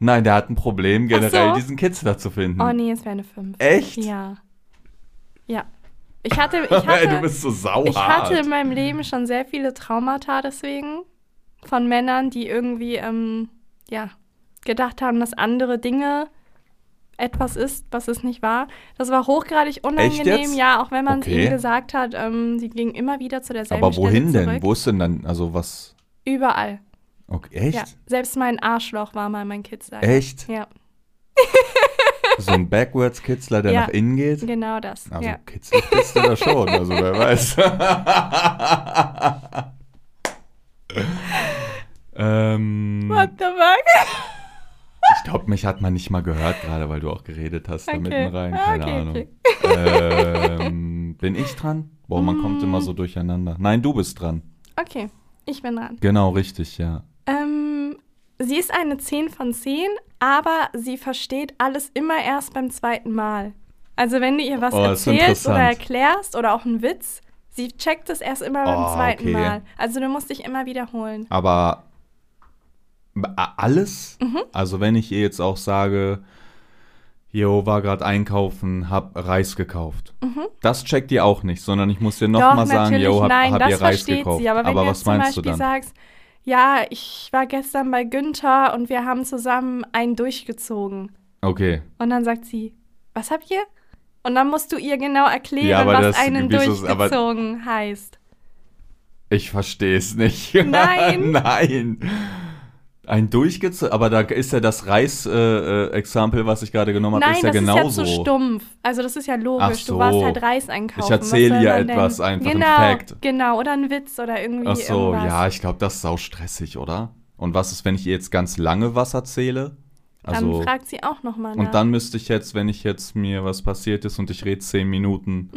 [SPEAKER 1] Nein, der hat ein Problem,
[SPEAKER 2] Ach
[SPEAKER 1] generell
[SPEAKER 2] so.
[SPEAKER 1] Hm. diesen Kitzler zu finden.
[SPEAKER 2] Oh nee, es wäre eine 5.
[SPEAKER 1] Echt?
[SPEAKER 2] Ja. Ja. Ich hatte, ich hatte,
[SPEAKER 1] Ey, du bist so sauer.
[SPEAKER 2] ich hatte in meinem Leben schon sehr viele Traumata deswegen von Männern, die irgendwie ähm, ja, gedacht haben, dass andere Dinge etwas ist, was es nicht war. Das war hochgradig unangenehm,
[SPEAKER 1] jetzt?
[SPEAKER 2] ja, auch wenn man es
[SPEAKER 1] Okay.
[SPEAKER 2] ihnen gesagt hat. Ähm, sie gingen immer wieder zu derselben
[SPEAKER 1] Aber wohin
[SPEAKER 2] Stelle
[SPEAKER 1] denn?
[SPEAKER 2] zurück.
[SPEAKER 1] Wo ist denn dann, also was?
[SPEAKER 2] Überall.
[SPEAKER 1] Okay, echt?
[SPEAKER 2] Ja. Selbst mein Arschloch war mal mein Kitzler.
[SPEAKER 1] Echt?
[SPEAKER 2] Ja,
[SPEAKER 1] So ein Backwards-Kitzler, der
[SPEAKER 2] Ja.
[SPEAKER 1] nach innen geht?
[SPEAKER 2] genau das.
[SPEAKER 1] Also
[SPEAKER 2] ja.
[SPEAKER 1] Kitzel bist du da schon, also wer weiß. ähm,
[SPEAKER 2] What the fuck?
[SPEAKER 1] ich glaube, mich hat man nicht mal gehört gerade, weil du auch geredet hast da
[SPEAKER 2] Okay.
[SPEAKER 1] mitten rein.
[SPEAKER 2] Ah,
[SPEAKER 1] Keine
[SPEAKER 2] okay,
[SPEAKER 1] Ahnung.
[SPEAKER 2] okay.
[SPEAKER 1] Ähm, bin ich dran? Boah, man kommt immer
[SPEAKER 2] Mm.
[SPEAKER 1] so durcheinander. Nein, du bist dran.
[SPEAKER 2] Okay, ich bin dran.
[SPEAKER 1] Genau, richtig, ja.
[SPEAKER 2] Ähm, sie ist eine 10 von 10, aber sie versteht alles immer erst beim zweiten Mal. Also wenn du ihr was
[SPEAKER 1] Oh, das ist
[SPEAKER 2] erzählst oder
[SPEAKER 1] interessant.
[SPEAKER 2] erklärst oder auch einen Witz, sie checkt es erst immer beim
[SPEAKER 1] Oh,
[SPEAKER 2] zweiten
[SPEAKER 1] okay.
[SPEAKER 2] Mal. Also du musst dich immer wiederholen.
[SPEAKER 1] Aber a- alles?
[SPEAKER 2] Mhm.
[SPEAKER 1] Also wenn ich ihr jetzt auch sage, Jo, war gerade einkaufen, hab Reis gekauft. Das checkt ihr auch nicht, sondern ich muss dir
[SPEAKER 2] Mhm. Doch,
[SPEAKER 1] nochmal sagen,
[SPEAKER 2] natürlich,
[SPEAKER 1] Jo, hab,
[SPEAKER 2] nein,
[SPEAKER 1] hab
[SPEAKER 2] das
[SPEAKER 1] ihr Reis
[SPEAKER 2] versteht
[SPEAKER 1] gekauft.
[SPEAKER 2] sie. Aber wenn du
[SPEAKER 1] was
[SPEAKER 2] jetzt zum
[SPEAKER 1] meinst
[SPEAKER 2] Beispiel
[SPEAKER 1] du dann?
[SPEAKER 2] sagst, ja, ich war gestern bei Günther und wir haben zusammen einen durchgezogen.
[SPEAKER 1] okay.
[SPEAKER 2] Und dann sagt sie, was habt ihr? Und dann musst du ihr genau erklären,
[SPEAKER 1] aber
[SPEAKER 2] was
[SPEAKER 1] das-
[SPEAKER 2] einen
[SPEAKER 1] wieso ist- aber-
[SPEAKER 2] durchgezogen heißt.
[SPEAKER 1] Ich verstehe es nicht.
[SPEAKER 2] Nein.
[SPEAKER 1] Nein. Ein durchgezogen, aber da ist ja das Reis-Exempel, was ich gerade genommen habe,
[SPEAKER 2] Nein,
[SPEAKER 1] ist ja
[SPEAKER 2] das
[SPEAKER 1] genauso.
[SPEAKER 2] ist ja zu stumpf. Also das ist ja
[SPEAKER 1] Ach
[SPEAKER 2] logisch.
[SPEAKER 1] so.
[SPEAKER 2] Du warst halt Reis einkaufen.
[SPEAKER 1] Ich erzähl
[SPEAKER 2] Was soll
[SPEAKER 1] ja
[SPEAKER 2] man
[SPEAKER 1] etwas einfach, ein
[SPEAKER 2] genau,
[SPEAKER 1] Fact.
[SPEAKER 2] Genau, oder ein Witz oder irgendwie
[SPEAKER 1] Ach so,
[SPEAKER 2] irgendwas.
[SPEAKER 1] ja, ich glaube, das ist sau stressig, oder? Und was ist, wenn ich ihr jetzt ganz lange was erzähle?
[SPEAKER 2] Dann
[SPEAKER 1] Also,
[SPEAKER 2] fragt sie auch nochmal nach.
[SPEAKER 1] und dann müsste ich jetzt, wenn ich jetzt mir was passiert ist und ich rede zehn Minuten,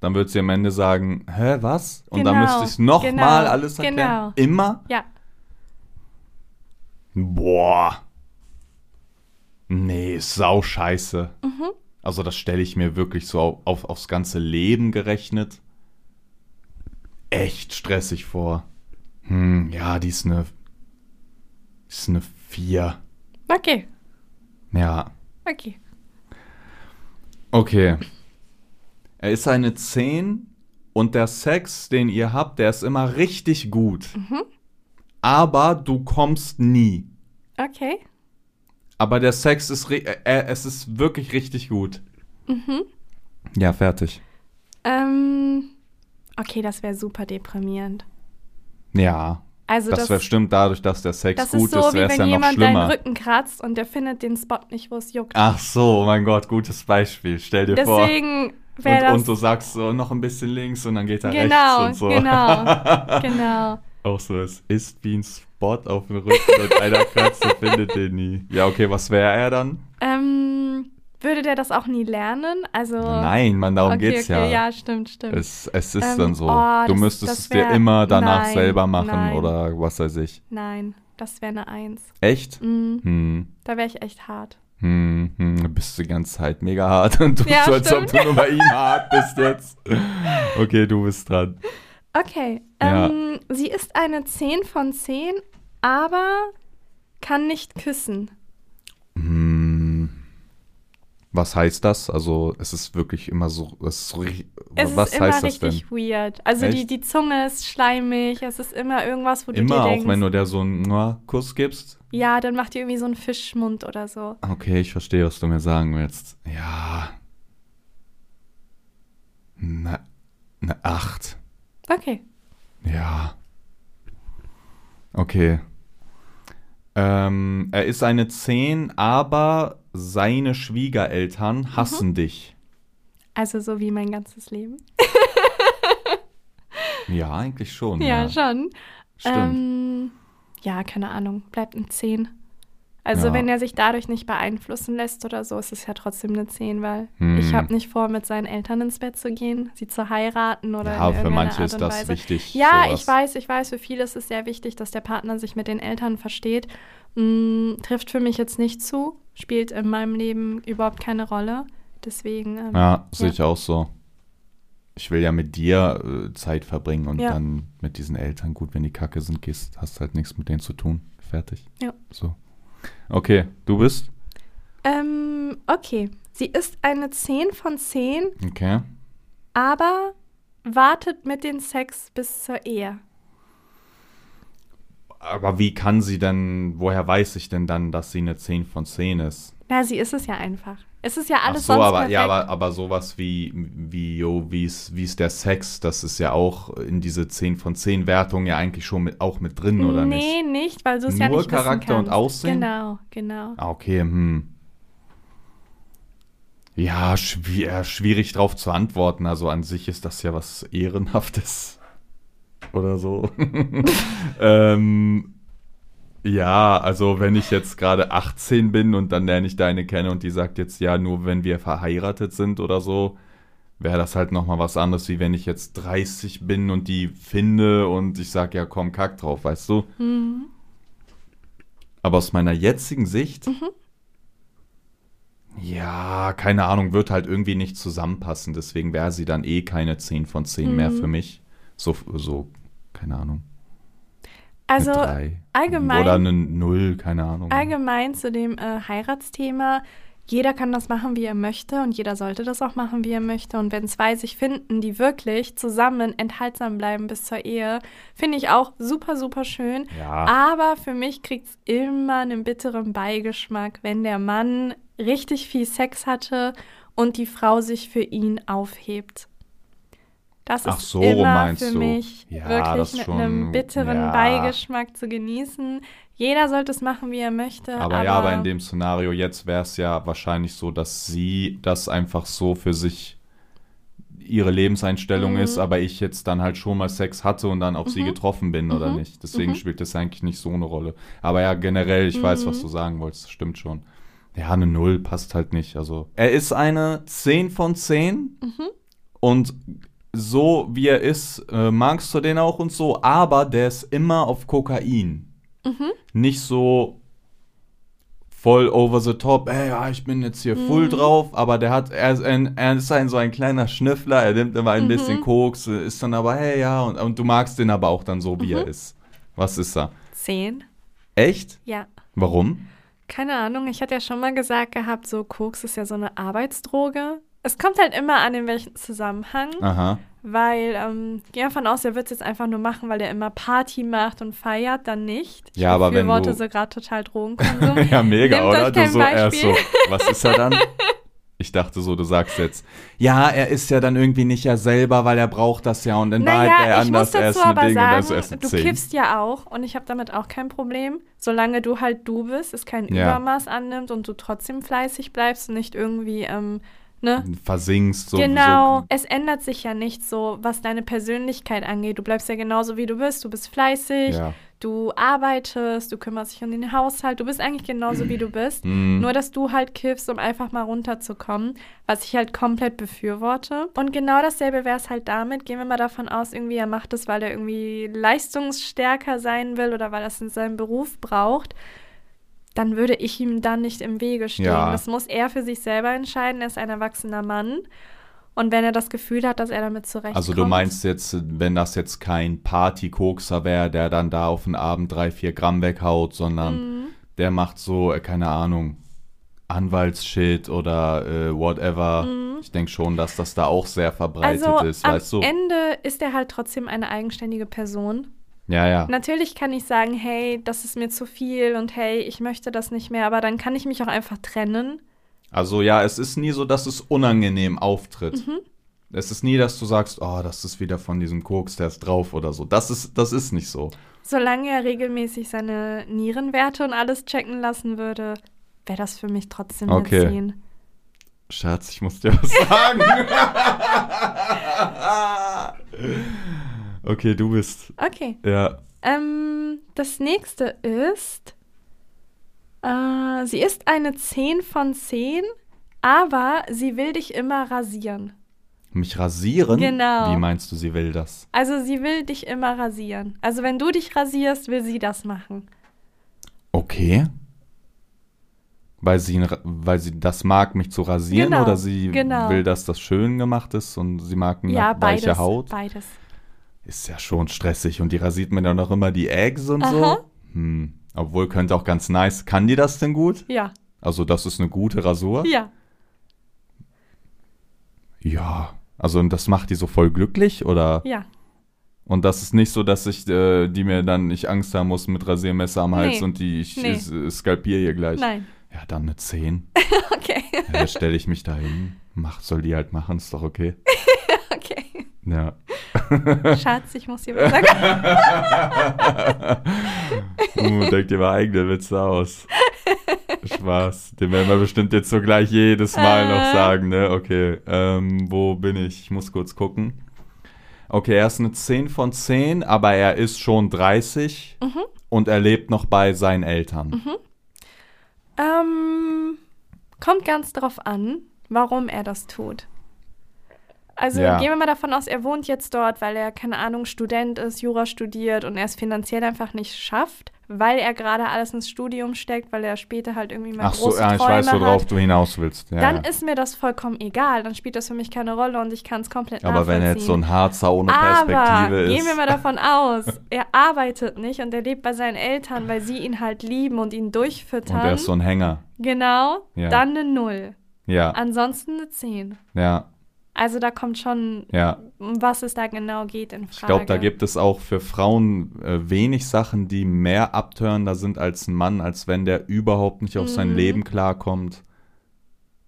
[SPEAKER 1] dann wird sie am Ende sagen, hä, was? Und dann
[SPEAKER 2] Mhm. Genau,
[SPEAKER 1] müsste ich es nochmal
[SPEAKER 2] genau,
[SPEAKER 1] alles erklären.
[SPEAKER 2] genau.
[SPEAKER 1] Immer?
[SPEAKER 2] ja,
[SPEAKER 1] Boah. Nee, ist sau scheiße. Also das stelle ich mir wirklich so auf, auf, aufs ganze Leben gerechnet echt stressig vor. Hm, ja, die ist eine die ist eine 4.
[SPEAKER 2] okay,
[SPEAKER 1] Ja,
[SPEAKER 2] okay.
[SPEAKER 1] okay. Er ist eine 10 und der Sex, den ihr habt, der ist immer richtig gut. Aber du kommst nie.
[SPEAKER 2] Okay,
[SPEAKER 1] Aber der Sex ist, ri- äh, äh, es ist wirklich richtig gut.
[SPEAKER 2] Mhm.
[SPEAKER 1] Ja, fertig.
[SPEAKER 2] ähm, okay, das wäre super deprimierend.
[SPEAKER 1] Ja,
[SPEAKER 2] Also
[SPEAKER 1] das,
[SPEAKER 2] das,
[SPEAKER 1] wäre stimmt. Dadurch, dass der Sex
[SPEAKER 2] das
[SPEAKER 1] gut
[SPEAKER 2] ist so, wie
[SPEAKER 1] wäre es
[SPEAKER 2] wenn
[SPEAKER 1] ja noch
[SPEAKER 2] jemand deinen
[SPEAKER 1] schlimmer. Ah,
[SPEAKER 2] Rücken kratzt und der findet den Spot nicht, wo es juckt.
[SPEAKER 1] Ach so, mein Gott, gutes Beispiel. Stell dir vor.
[SPEAKER 2] Deswegen wäre
[SPEAKER 1] Und,
[SPEAKER 2] das...
[SPEAKER 1] und du sagst so noch ein bisschen links und dann geht er
[SPEAKER 2] genau,
[SPEAKER 1] rechts und so.
[SPEAKER 2] genau, genau.
[SPEAKER 1] Auch so, es ist wie ein Spot auf dem Rücken und einer kratzt und findet den nie. Ja, okay, was wäre er dann?
[SPEAKER 2] Ähm, würde der das auch nie lernen? Also
[SPEAKER 1] Nein, Mann, darum
[SPEAKER 2] okay,
[SPEAKER 1] geht's
[SPEAKER 2] okay,
[SPEAKER 1] ja.
[SPEAKER 2] ja, stimmt, stimmt.
[SPEAKER 1] Es, es ist
[SPEAKER 2] Ähm,
[SPEAKER 1] dann so.
[SPEAKER 2] oh,
[SPEAKER 1] du
[SPEAKER 2] das-
[SPEAKER 1] müsstest
[SPEAKER 2] das
[SPEAKER 1] es dir
[SPEAKER 2] wär-
[SPEAKER 1] immer danach
[SPEAKER 2] nein,
[SPEAKER 1] selber machen
[SPEAKER 2] nein.
[SPEAKER 1] oder was weiß ich.
[SPEAKER 2] Nein, das wäre eine Eins.
[SPEAKER 1] Echt?
[SPEAKER 2] Mhm.
[SPEAKER 1] Hm.
[SPEAKER 2] Da wäre ich echt hart.
[SPEAKER 1] Hm, hm, du bist die ganze Zeit mega hart und du
[SPEAKER 2] Ja,
[SPEAKER 1] so, als ob
[SPEAKER 2] stimmt.
[SPEAKER 1] du nur bei ihm hart bist jetzt. Okay, du bist dran.
[SPEAKER 2] Okay.
[SPEAKER 1] Ja.
[SPEAKER 2] Ähm, sie ist eine 10 von 10, aber kann nicht küssen.
[SPEAKER 1] Hm. Was heißt das? Also, es ist wirklich immer so. Es ist so ri-
[SPEAKER 2] Es
[SPEAKER 1] was
[SPEAKER 2] ist immer
[SPEAKER 1] heißt das denn?
[SPEAKER 2] richtig weird. Also die,
[SPEAKER 1] Echt?
[SPEAKER 2] die Zunge ist schleimig, es ist immer irgendwas, wo du
[SPEAKER 1] Immer,
[SPEAKER 2] dir
[SPEAKER 1] auch
[SPEAKER 2] denkst,
[SPEAKER 1] wenn du der so einen "Mua" Kuss gibst?
[SPEAKER 2] ja, dann macht ihr irgendwie so einen Fischmund oder so.
[SPEAKER 1] Okay, ich verstehe, was du mir sagen willst. Ja. Na, eine Acht.
[SPEAKER 2] Okay.
[SPEAKER 1] Ja. Okay. Ähm, er ist eine 10, aber seine
[SPEAKER 2] Mhm.
[SPEAKER 1] Schwiegereltern hassen dich.
[SPEAKER 2] Also so wie mein ganzes Leben.
[SPEAKER 1] Ja, eigentlich schon.
[SPEAKER 2] Ja,
[SPEAKER 1] Ja,
[SPEAKER 2] schon.
[SPEAKER 1] Stimmt.
[SPEAKER 2] Ähm, ja, keine Ahnung. Bleibt eine 10. Also
[SPEAKER 1] Ja.
[SPEAKER 2] wenn er sich dadurch nicht beeinflussen lässt oder so, ist es ja trotzdem eine 10, weil
[SPEAKER 1] Hm.
[SPEAKER 2] ich habe nicht vor, mit seinen Eltern ins Bett zu gehen, sie zu heiraten oder
[SPEAKER 1] ja
[SPEAKER 2] in
[SPEAKER 1] für
[SPEAKER 2] irgendeiner
[SPEAKER 1] manche
[SPEAKER 2] Art
[SPEAKER 1] ist
[SPEAKER 2] und
[SPEAKER 1] das
[SPEAKER 2] Weise.
[SPEAKER 1] wichtig.
[SPEAKER 2] Ja,
[SPEAKER 1] sowas.
[SPEAKER 2] ich weiß, ich weiß, für viele ist es sehr wichtig, dass der Partner sich mit den Eltern versteht. Hm, trifft für mich jetzt nicht zu, spielt in meinem Leben überhaupt keine Rolle. Deswegen, ähm,
[SPEAKER 1] Ja, sehe
[SPEAKER 2] Ja.
[SPEAKER 1] ich auch so. Ich will ja mit dir äh, Zeit verbringen und
[SPEAKER 2] Ja.
[SPEAKER 1] dann mit diesen Eltern. Gut, wenn die kacke sind, gehst, hast halt nichts mit denen zu tun. Fertig.
[SPEAKER 2] Ja.
[SPEAKER 1] So. Okay, du bist?
[SPEAKER 2] ähm, okay. Sie ist eine 10 von 10,
[SPEAKER 1] Okay.
[SPEAKER 2] Aber wartet mit den Sex bis zur Ehe.
[SPEAKER 1] Aber wie kann sie denn, woher weiß ich denn dann, dass sie eine 10 von 10 ist?
[SPEAKER 2] Na, sie ist es ja einfach. Es ist ja alles
[SPEAKER 1] Ach so,
[SPEAKER 2] sonst
[SPEAKER 1] aber,
[SPEAKER 2] perfekt.
[SPEAKER 1] ja, aber, aber sowas wie, wie, jo, wie ist, wie ist der Sex, das ist ja auch in diese 10 von 10 Wertung ja eigentlich schon mit, auch mit drin, oder
[SPEAKER 2] nee,
[SPEAKER 1] nicht?
[SPEAKER 2] nicht, weil du es ja
[SPEAKER 1] Nur
[SPEAKER 2] nicht wissen
[SPEAKER 1] Charakter und
[SPEAKER 2] kannst.
[SPEAKER 1] Aussehen?
[SPEAKER 2] Genau, genau.
[SPEAKER 1] Ah, okay, hm. Ja, schwi- äh, schwierig drauf zu antworten. Also an sich ist das ja was Ehrenhaftes. Oder so. ähm, ja, also wenn ich jetzt gerade 18 bin und dann lerne ich deine kenne und die sagt jetzt, ja, nur wenn wir verheiratet sind oder so, wäre das halt nochmal was anderes, wie wenn ich jetzt 30 bin und die finde und ich sage, ja, komm, kack drauf, weißt du? Aber aus meiner jetzigen Sicht,
[SPEAKER 2] Mhm.
[SPEAKER 1] ja, keine Ahnung, wird halt irgendwie nicht zusammenpassen. Deswegen wäre sie dann eh keine 10 von 10 mehr
[SPEAKER 2] Mhm.
[SPEAKER 1] für mich. So, so, keine Ahnung.
[SPEAKER 2] Also
[SPEAKER 1] eine 3.
[SPEAKER 2] allgemein-
[SPEAKER 1] Oder eine 0, keine Ahnung.
[SPEAKER 2] allgemein zu dem äh, Heiratsthema. Jeder kann das machen, wie er möchte und jeder sollte das auch machen, wie er möchte. Und wenn zwei sich finden, die wirklich zusammen enthaltsam bleiben bis zur Ehe, finde ich auch super, super schön.
[SPEAKER 1] Ja,
[SPEAKER 2] Aber für mich kriegt es immer einen bitteren Beigeschmack, wenn der Mann richtig viel Sex hatte und die Frau sich für ihn aufhebt. Das
[SPEAKER 1] Ach
[SPEAKER 2] ist
[SPEAKER 1] so,
[SPEAKER 2] immer
[SPEAKER 1] meinst
[SPEAKER 2] für
[SPEAKER 1] du?
[SPEAKER 2] mich
[SPEAKER 1] Ja, das
[SPEAKER 2] wirklich
[SPEAKER 1] ist
[SPEAKER 2] mit
[SPEAKER 1] schon-
[SPEAKER 2] einem bitteren
[SPEAKER 1] ja.
[SPEAKER 2] Beigeschmack zu genießen. Jeder sollte es machen, wie er möchte.
[SPEAKER 1] aber, ja, aber in dem Szenario jetzt wäre es ja wahrscheinlich so, dass sie das einfach so für sich ihre Lebenseinstellung ist,
[SPEAKER 2] Mhm.
[SPEAKER 1] aber ich jetzt dann halt schon mal Sex hatte und dann auf sie getroffen bin
[SPEAKER 2] Mhm.
[SPEAKER 1] oder nicht. Deswegen spielt das eigentlich nicht so eine Rolle. Aber ja, generell, ich weiß, was du sagen wolltest, stimmt schon. Ja, eine Null passt halt nicht. Also, er ist eine 10 von 10 und so wie er ist, äh, magst du den auch und so, aber der ist immer auf Kokain. Nicht so voll over the top, ey, ja, ich bin jetzt hier full drauf, aber der hat, er ist, ein, er ist ein, so ein kleiner Schnüffler, er nimmt immer ein bisschen Koks, äh, ist dann aber, hey, ja, und, und du magst den aber auch dann so, wie er ist. Was ist er?
[SPEAKER 2] Zehn,
[SPEAKER 1] Echt?
[SPEAKER 2] ja.
[SPEAKER 1] Warum?
[SPEAKER 2] Keine Ahnung, ich hatte ja schon mal gesagt gehabt, so Koks ist ja so eine Arbeitsdroge. Es kommt halt immer an, in welchem Zusammenhang.
[SPEAKER 1] Aha.
[SPEAKER 2] Weil, ähm, geh davon aus, er wird es jetzt einfach nur machen, weil er immer Party macht und feiert, dann nicht.
[SPEAKER 1] Ja, aber wenn
[SPEAKER 2] Worte
[SPEAKER 1] du-
[SPEAKER 2] so gerade total Drogenkonsum.
[SPEAKER 1] Ja, mega,
[SPEAKER 2] Nehmt
[SPEAKER 1] oder? Du
[SPEAKER 2] euch kein
[SPEAKER 1] so erst so,
[SPEAKER 2] Beispiel.
[SPEAKER 1] was ist er dann? Ich dachte so, du sagst jetzt, ja, er ist ja dann irgendwie nicht er selber, weil er braucht das ja und in Wahrheit wäre er
[SPEAKER 2] naja, ich
[SPEAKER 1] anders,
[SPEAKER 2] muss
[SPEAKER 1] er ist
[SPEAKER 2] dazu
[SPEAKER 1] ein
[SPEAKER 2] aber
[SPEAKER 1] Ding und er ist erst
[SPEAKER 2] sagen,
[SPEAKER 1] ein
[SPEAKER 2] du
[SPEAKER 1] 10.
[SPEAKER 2] kiffst ja auch und ich habe damit auch kein Problem, solange du halt du bist, es kein
[SPEAKER 1] Ja.
[SPEAKER 2] Übermaß annimmt und du trotzdem fleißig bleibst und nicht irgendwie, ähm, ne?
[SPEAKER 1] Versinkst so.
[SPEAKER 2] genau,
[SPEAKER 1] so
[SPEAKER 2] es ändert sich ja nicht so, was deine Persönlichkeit angeht. Du bleibst ja genauso, wie du bist, du bist fleißig,
[SPEAKER 1] Ja.
[SPEAKER 2] du arbeitest, du kümmerst dich um den Haushalt, du bist eigentlich genauso, wie du bist.
[SPEAKER 1] Mhm.
[SPEAKER 2] Nur, dass du halt kiffst, um einfach mal runterzukommen, was ich halt komplett befürworte. Und genau dasselbe wäre es halt damit. Gehen wir mal davon aus, irgendwie er macht es, weil er irgendwie leistungsstärker sein will oder weil er es in seinem Beruf braucht. Dann würde ich ihm dann nicht im Wege stehen.
[SPEAKER 1] Ja.
[SPEAKER 2] Das muss er für sich selber entscheiden. Er ist ein erwachsener Mann. Und wenn er das Gefühl hat, dass er damit zurechtkommt.
[SPEAKER 1] Also du meinst jetzt, wenn das jetzt kein Party-Kokser wäre, der dann da auf den Abend drei, vier Gramm weghaut,
[SPEAKER 2] Mhm.
[SPEAKER 1] sondern der macht so, äh, keine Ahnung, Anwaltsshit oder äh, whatever. Ich denke schon, dass das da auch sehr verbreitet
[SPEAKER 2] Mhm. also
[SPEAKER 1] ist,
[SPEAKER 2] am
[SPEAKER 1] weißt du?
[SPEAKER 2] Ende ist er halt trotzdem eine eigenständige Person
[SPEAKER 1] Ja, ja.
[SPEAKER 2] Natürlich kann ich sagen, hey, das ist mir zu viel und hey, ich möchte das nicht mehr, aber dann kann ich mich auch einfach trennen.
[SPEAKER 1] Also ja, es ist nie so, dass es unangenehm auftritt.
[SPEAKER 2] Mhm.
[SPEAKER 1] Es ist nie, dass du sagst, oh, das ist wieder von diesem Koks, der ist drauf oder so. Das ist, das ist nicht so.
[SPEAKER 2] Solange er regelmäßig seine Nierenwerte und alles checken lassen würde, wäre das für mich trotzdem
[SPEAKER 1] Okay.
[SPEAKER 2] eine 10.
[SPEAKER 1] Schatz, ich muss dir was sagen. okay, du bist.
[SPEAKER 2] Okay.
[SPEAKER 1] Ja.
[SPEAKER 2] Ähm, das nächste ist, äh, sie ist eine 10 von 10, aber sie will dich immer rasieren.
[SPEAKER 1] Mich rasieren?
[SPEAKER 2] Genau.
[SPEAKER 1] Wie meinst du, sie will das?
[SPEAKER 2] Also sie will dich immer rasieren. Also wenn du dich rasierst, will sie das machen.
[SPEAKER 1] Okay. Weil sie, weil sie das mag, mich zu rasieren
[SPEAKER 2] Genau,
[SPEAKER 1] oder sie
[SPEAKER 2] genau.
[SPEAKER 1] will, dass das schön gemacht ist und sie mag eine
[SPEAKER 2] ja, beides.
[SPEAKER 1] weiche Haut?
[SPEAKER 2] Beides.
[SPEAKER 1] Ist ja schon stressig und die rasiert mir dann auch immer die Eggs und
[SPEAKER 2] Aha.
[SPEAKER 1] so. Hm. Obwohl könnte auch ganz nice. Kann die das denn gut?
[SPEAKER 2] Ja,
[SPEAKER 1] Also, das ist eine gute Rasur?
[SPEAKER 2] ja.
[SPEAKER 1] Ja. Also und das macht die so voll glücklich oder?
[SPEAKER 2] Ja.
[SPEAKER 1] Und das ist nicht so, dass ich äh, die mir dann nicht Angst haben muss mit Rasiermesser am Hals
[SPEAKER 2] Nee.
[SPEAKER 1] und die ich
[SPEAKER 2] Nee.
[SPEAKER 1] s- äh, skalpiere hier gleich.
[SPEAKER 2] Nein.
[SPEAKER 1] Ja, dann eine 10.
[SPEAKER 2] Okay.
[SPEAKER 1] Ja, da stelle ich mich da hin. Mach, soll die halt machen, ist doch okay.
[SPEAKER 2] Okay.
[SPEAKER 1] Ja.
[SPEAKER 2] Schatz, ich muss dir was sagen.
[SPEAKER 1] Uh, denkt ihr mal eigene Witze aus. Spaß. Den werden wir bestimmt jetzt so gleich jedes Mal noch
[SPEAKER 2] Äh.
[SPEAKER 1] sagen, ne? Okay, ähm, wo bin ich? Ich muss kurz gucken. Okay, er ist eine 10 von 10, aber er ist schon 30
[SPEAKER 2] Mhm.
[SPEAKER 1] und er lebt noch bei seinen Eltern.
[SPEAKER 2] ähm, kommt ganz drauf an, warum er das tut. Also
[SPEAKER 1] Ja.
[SPEAKER 2] gehen wir mal davon aus, er wohnt jetzt dort, weil er, keine Ahnung, Student ist, Jura studiert und er es finanziell einfach nicht schafft, weil er gerade alles ins Studium steckt, weil er später halt irgendwie mal
[SPEAKER 1] Ach so,
[SPEAKER 2] große
[SPEAKER 1] ja, ich
[SPEAKER 2] Träume
[SPEAKER 1] weiß, worauf
[SPEAKER 2] hat.
[SPEAKER 1] du hinaus willst. Ja,
[SPEAKER 2] Dann
[SPEAKER 1] ja.
[SPEAKER 2] ist mir das vollkommen egal, dann spielt das für mich keine Rolle und ich kann es komplett
[SPEAKER 1] aber wenn er jetzt so
[SPEAKER 2] nachvollziehen.
[SPEAKER 1] ein Harzer ohne
[SPEAKER 2] Aber
[SPEAKER 1] Perspektive ist.
[SPEAKER 2] gehen wir mal davon aus, er arbeitet nicht und er lebt bei seinen Eltern, weil sie ihn halt lieben und ihn durchfüttern.
[SPEAKER 1] und er ist so ein Hänger.
[SPEAKER 2] genau,
[SPEAKER 1] Ja.
[SPEAKER 2] dann eine Null.
[SPEAKER 1] Ja,
[SPEAKER 2] Ansonsten eine 10.
[SPEAKER 1] ja,
[SPEAKER 2] Also da kommt schon,
[SPEAKER 1] ja.
[SPEAKER 2] um was es da genau geht, in Frage.
[SPEAKER 1] Ich glaube, da gibt es auch für Frauen äh, wenig Sachen, die mehr abtörender sind als ein Mann, als wenn der überhaupt nicht auf sein
[SPEAKER 2] Mhm.
[SPEAKER 1] Leben klarkommt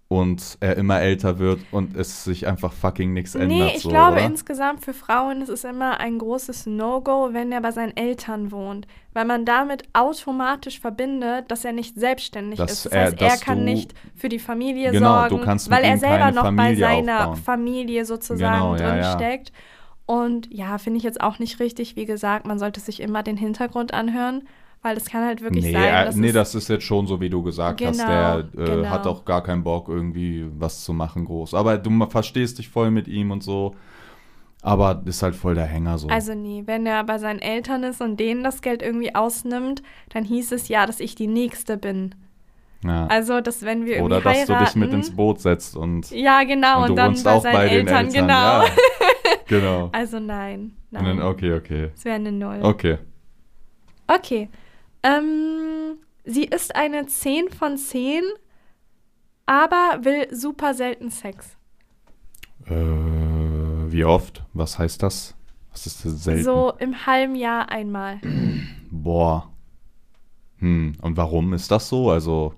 [SPEAKER 1] und er immer älter wird und es sich einfach fucking nichts ändert.
[SPEAKER 2] Nee, ich
[SPEAKER 1] so,
[SPEAKER 2] glaube
[SPEAKER 1] oder?
[SPEAKER 2] insgesamt für Frauen ist es immer ein großes No-Go, wenn er bei seinen Eltern wohnt, weil man damit automatisch verbindet, dass er nicht selbstständig
[SPEAKER 1] Dass
[SPEAKER 2] ist. Das
[SPEAKER 1] er-
[SPEAKER 2] heißt, er
[SPEAKER 1] dass
[SPEAKER 2] kann
[SPEAKER 1] du-
[SPEAKER 2] nicht für die Familie
[SPEAKER 1] Genau, du
[SPEAKER 2] sorgen,
[SPEAKER 1] kannst mit
[SPEAKER 2] weil er
[SPEAKER 1] ihm
[SPEAKER 2] selber
[SPEAKER 1] keine
[SPEAKER 2] noch bei
[SPEAKER 1] Familie
[SPEAKER 2] seiner
[SPEAKER 1] aufbauen.
[SPEAKER 2] Familie sozusagen
[SPEAKER 1] Genau, ja, ja.
[SPEAKER 2] drinsteckt. Und ja, finde ich jetzt auch nicht richtig. Wie gesagt, man sollte sich immer den Hintergrund anhören, weil es kann halt wirklich
[SPEAKER 1] Nee,
[SPEAKER 2] sein,
[SPEAKER 1] äh,
[SPEAKER 2] dass
[SPEAKER 1] nee,
[SPEAKER 2] es
[SPEAKER 1] das ist jetzt schon so, wie du gesagt hast.
[SPEAKER 2] Genau,
[SPEAKER 1] Der äh,
[SPEAKER 2] genau.
[SPEAKER 1] hat auch gar keinen Bock, irgendwie was zu machen, groß. Aber du ma- verstehst dich voll mit ihm und so. Aber ist halt voll der Hänger so.
[SPEAKER 2] Also nee, wenn er bei seinen Eltern ist und denen das Geld irgendwie ausnimmt, dann hieß es ja, dass ich die Nächste bin.
[SPEAKER 1] ja.
[SPEAKER 2] Also, dass wenn wir irgendwie
[SPEAKER 1] Oder dass
[SPEAKER 2] heiraten,
[SPEAKER 1] du dich mit ins Boot setzt und,
[SPEAKER 2] Ja, genau, und,
[SPEAKER 1] und du
[SPEAKER 2] dann
[SPEAKER 1] wohnst
[SPEAKER 2] bei
[SPEAKER 1] auch
[SPEAKER 2] seinen
[SPEAKER 1] bei den
[SPEAKER 2] Eltern,
[SPEAKER 1] Eltern.
[SPEAKER 2] genau.
[SPEAKER 1] Ja. genau.
[SPEAKER 2] Also nein,
[SPEAKER 1] Und
[SPEAKER 2] nein.
[SPEAKER 1] dann, okay, okay.
[SPEAKER 2] Es wäre eine Null. Okay.
[SPEAKER 1] Okay.
[SPEAKER 2] Ähm, sie ist eine 10 von 10, aber will super selten Sex.
[SPEAKER 1] Äh, wie oft? Was heißt das? Was ist das selten?
[SPEAKER 2] So im halben Jahr einmal.
[SPEAKER 1] Boah. Hm, und warum ist das so? Also,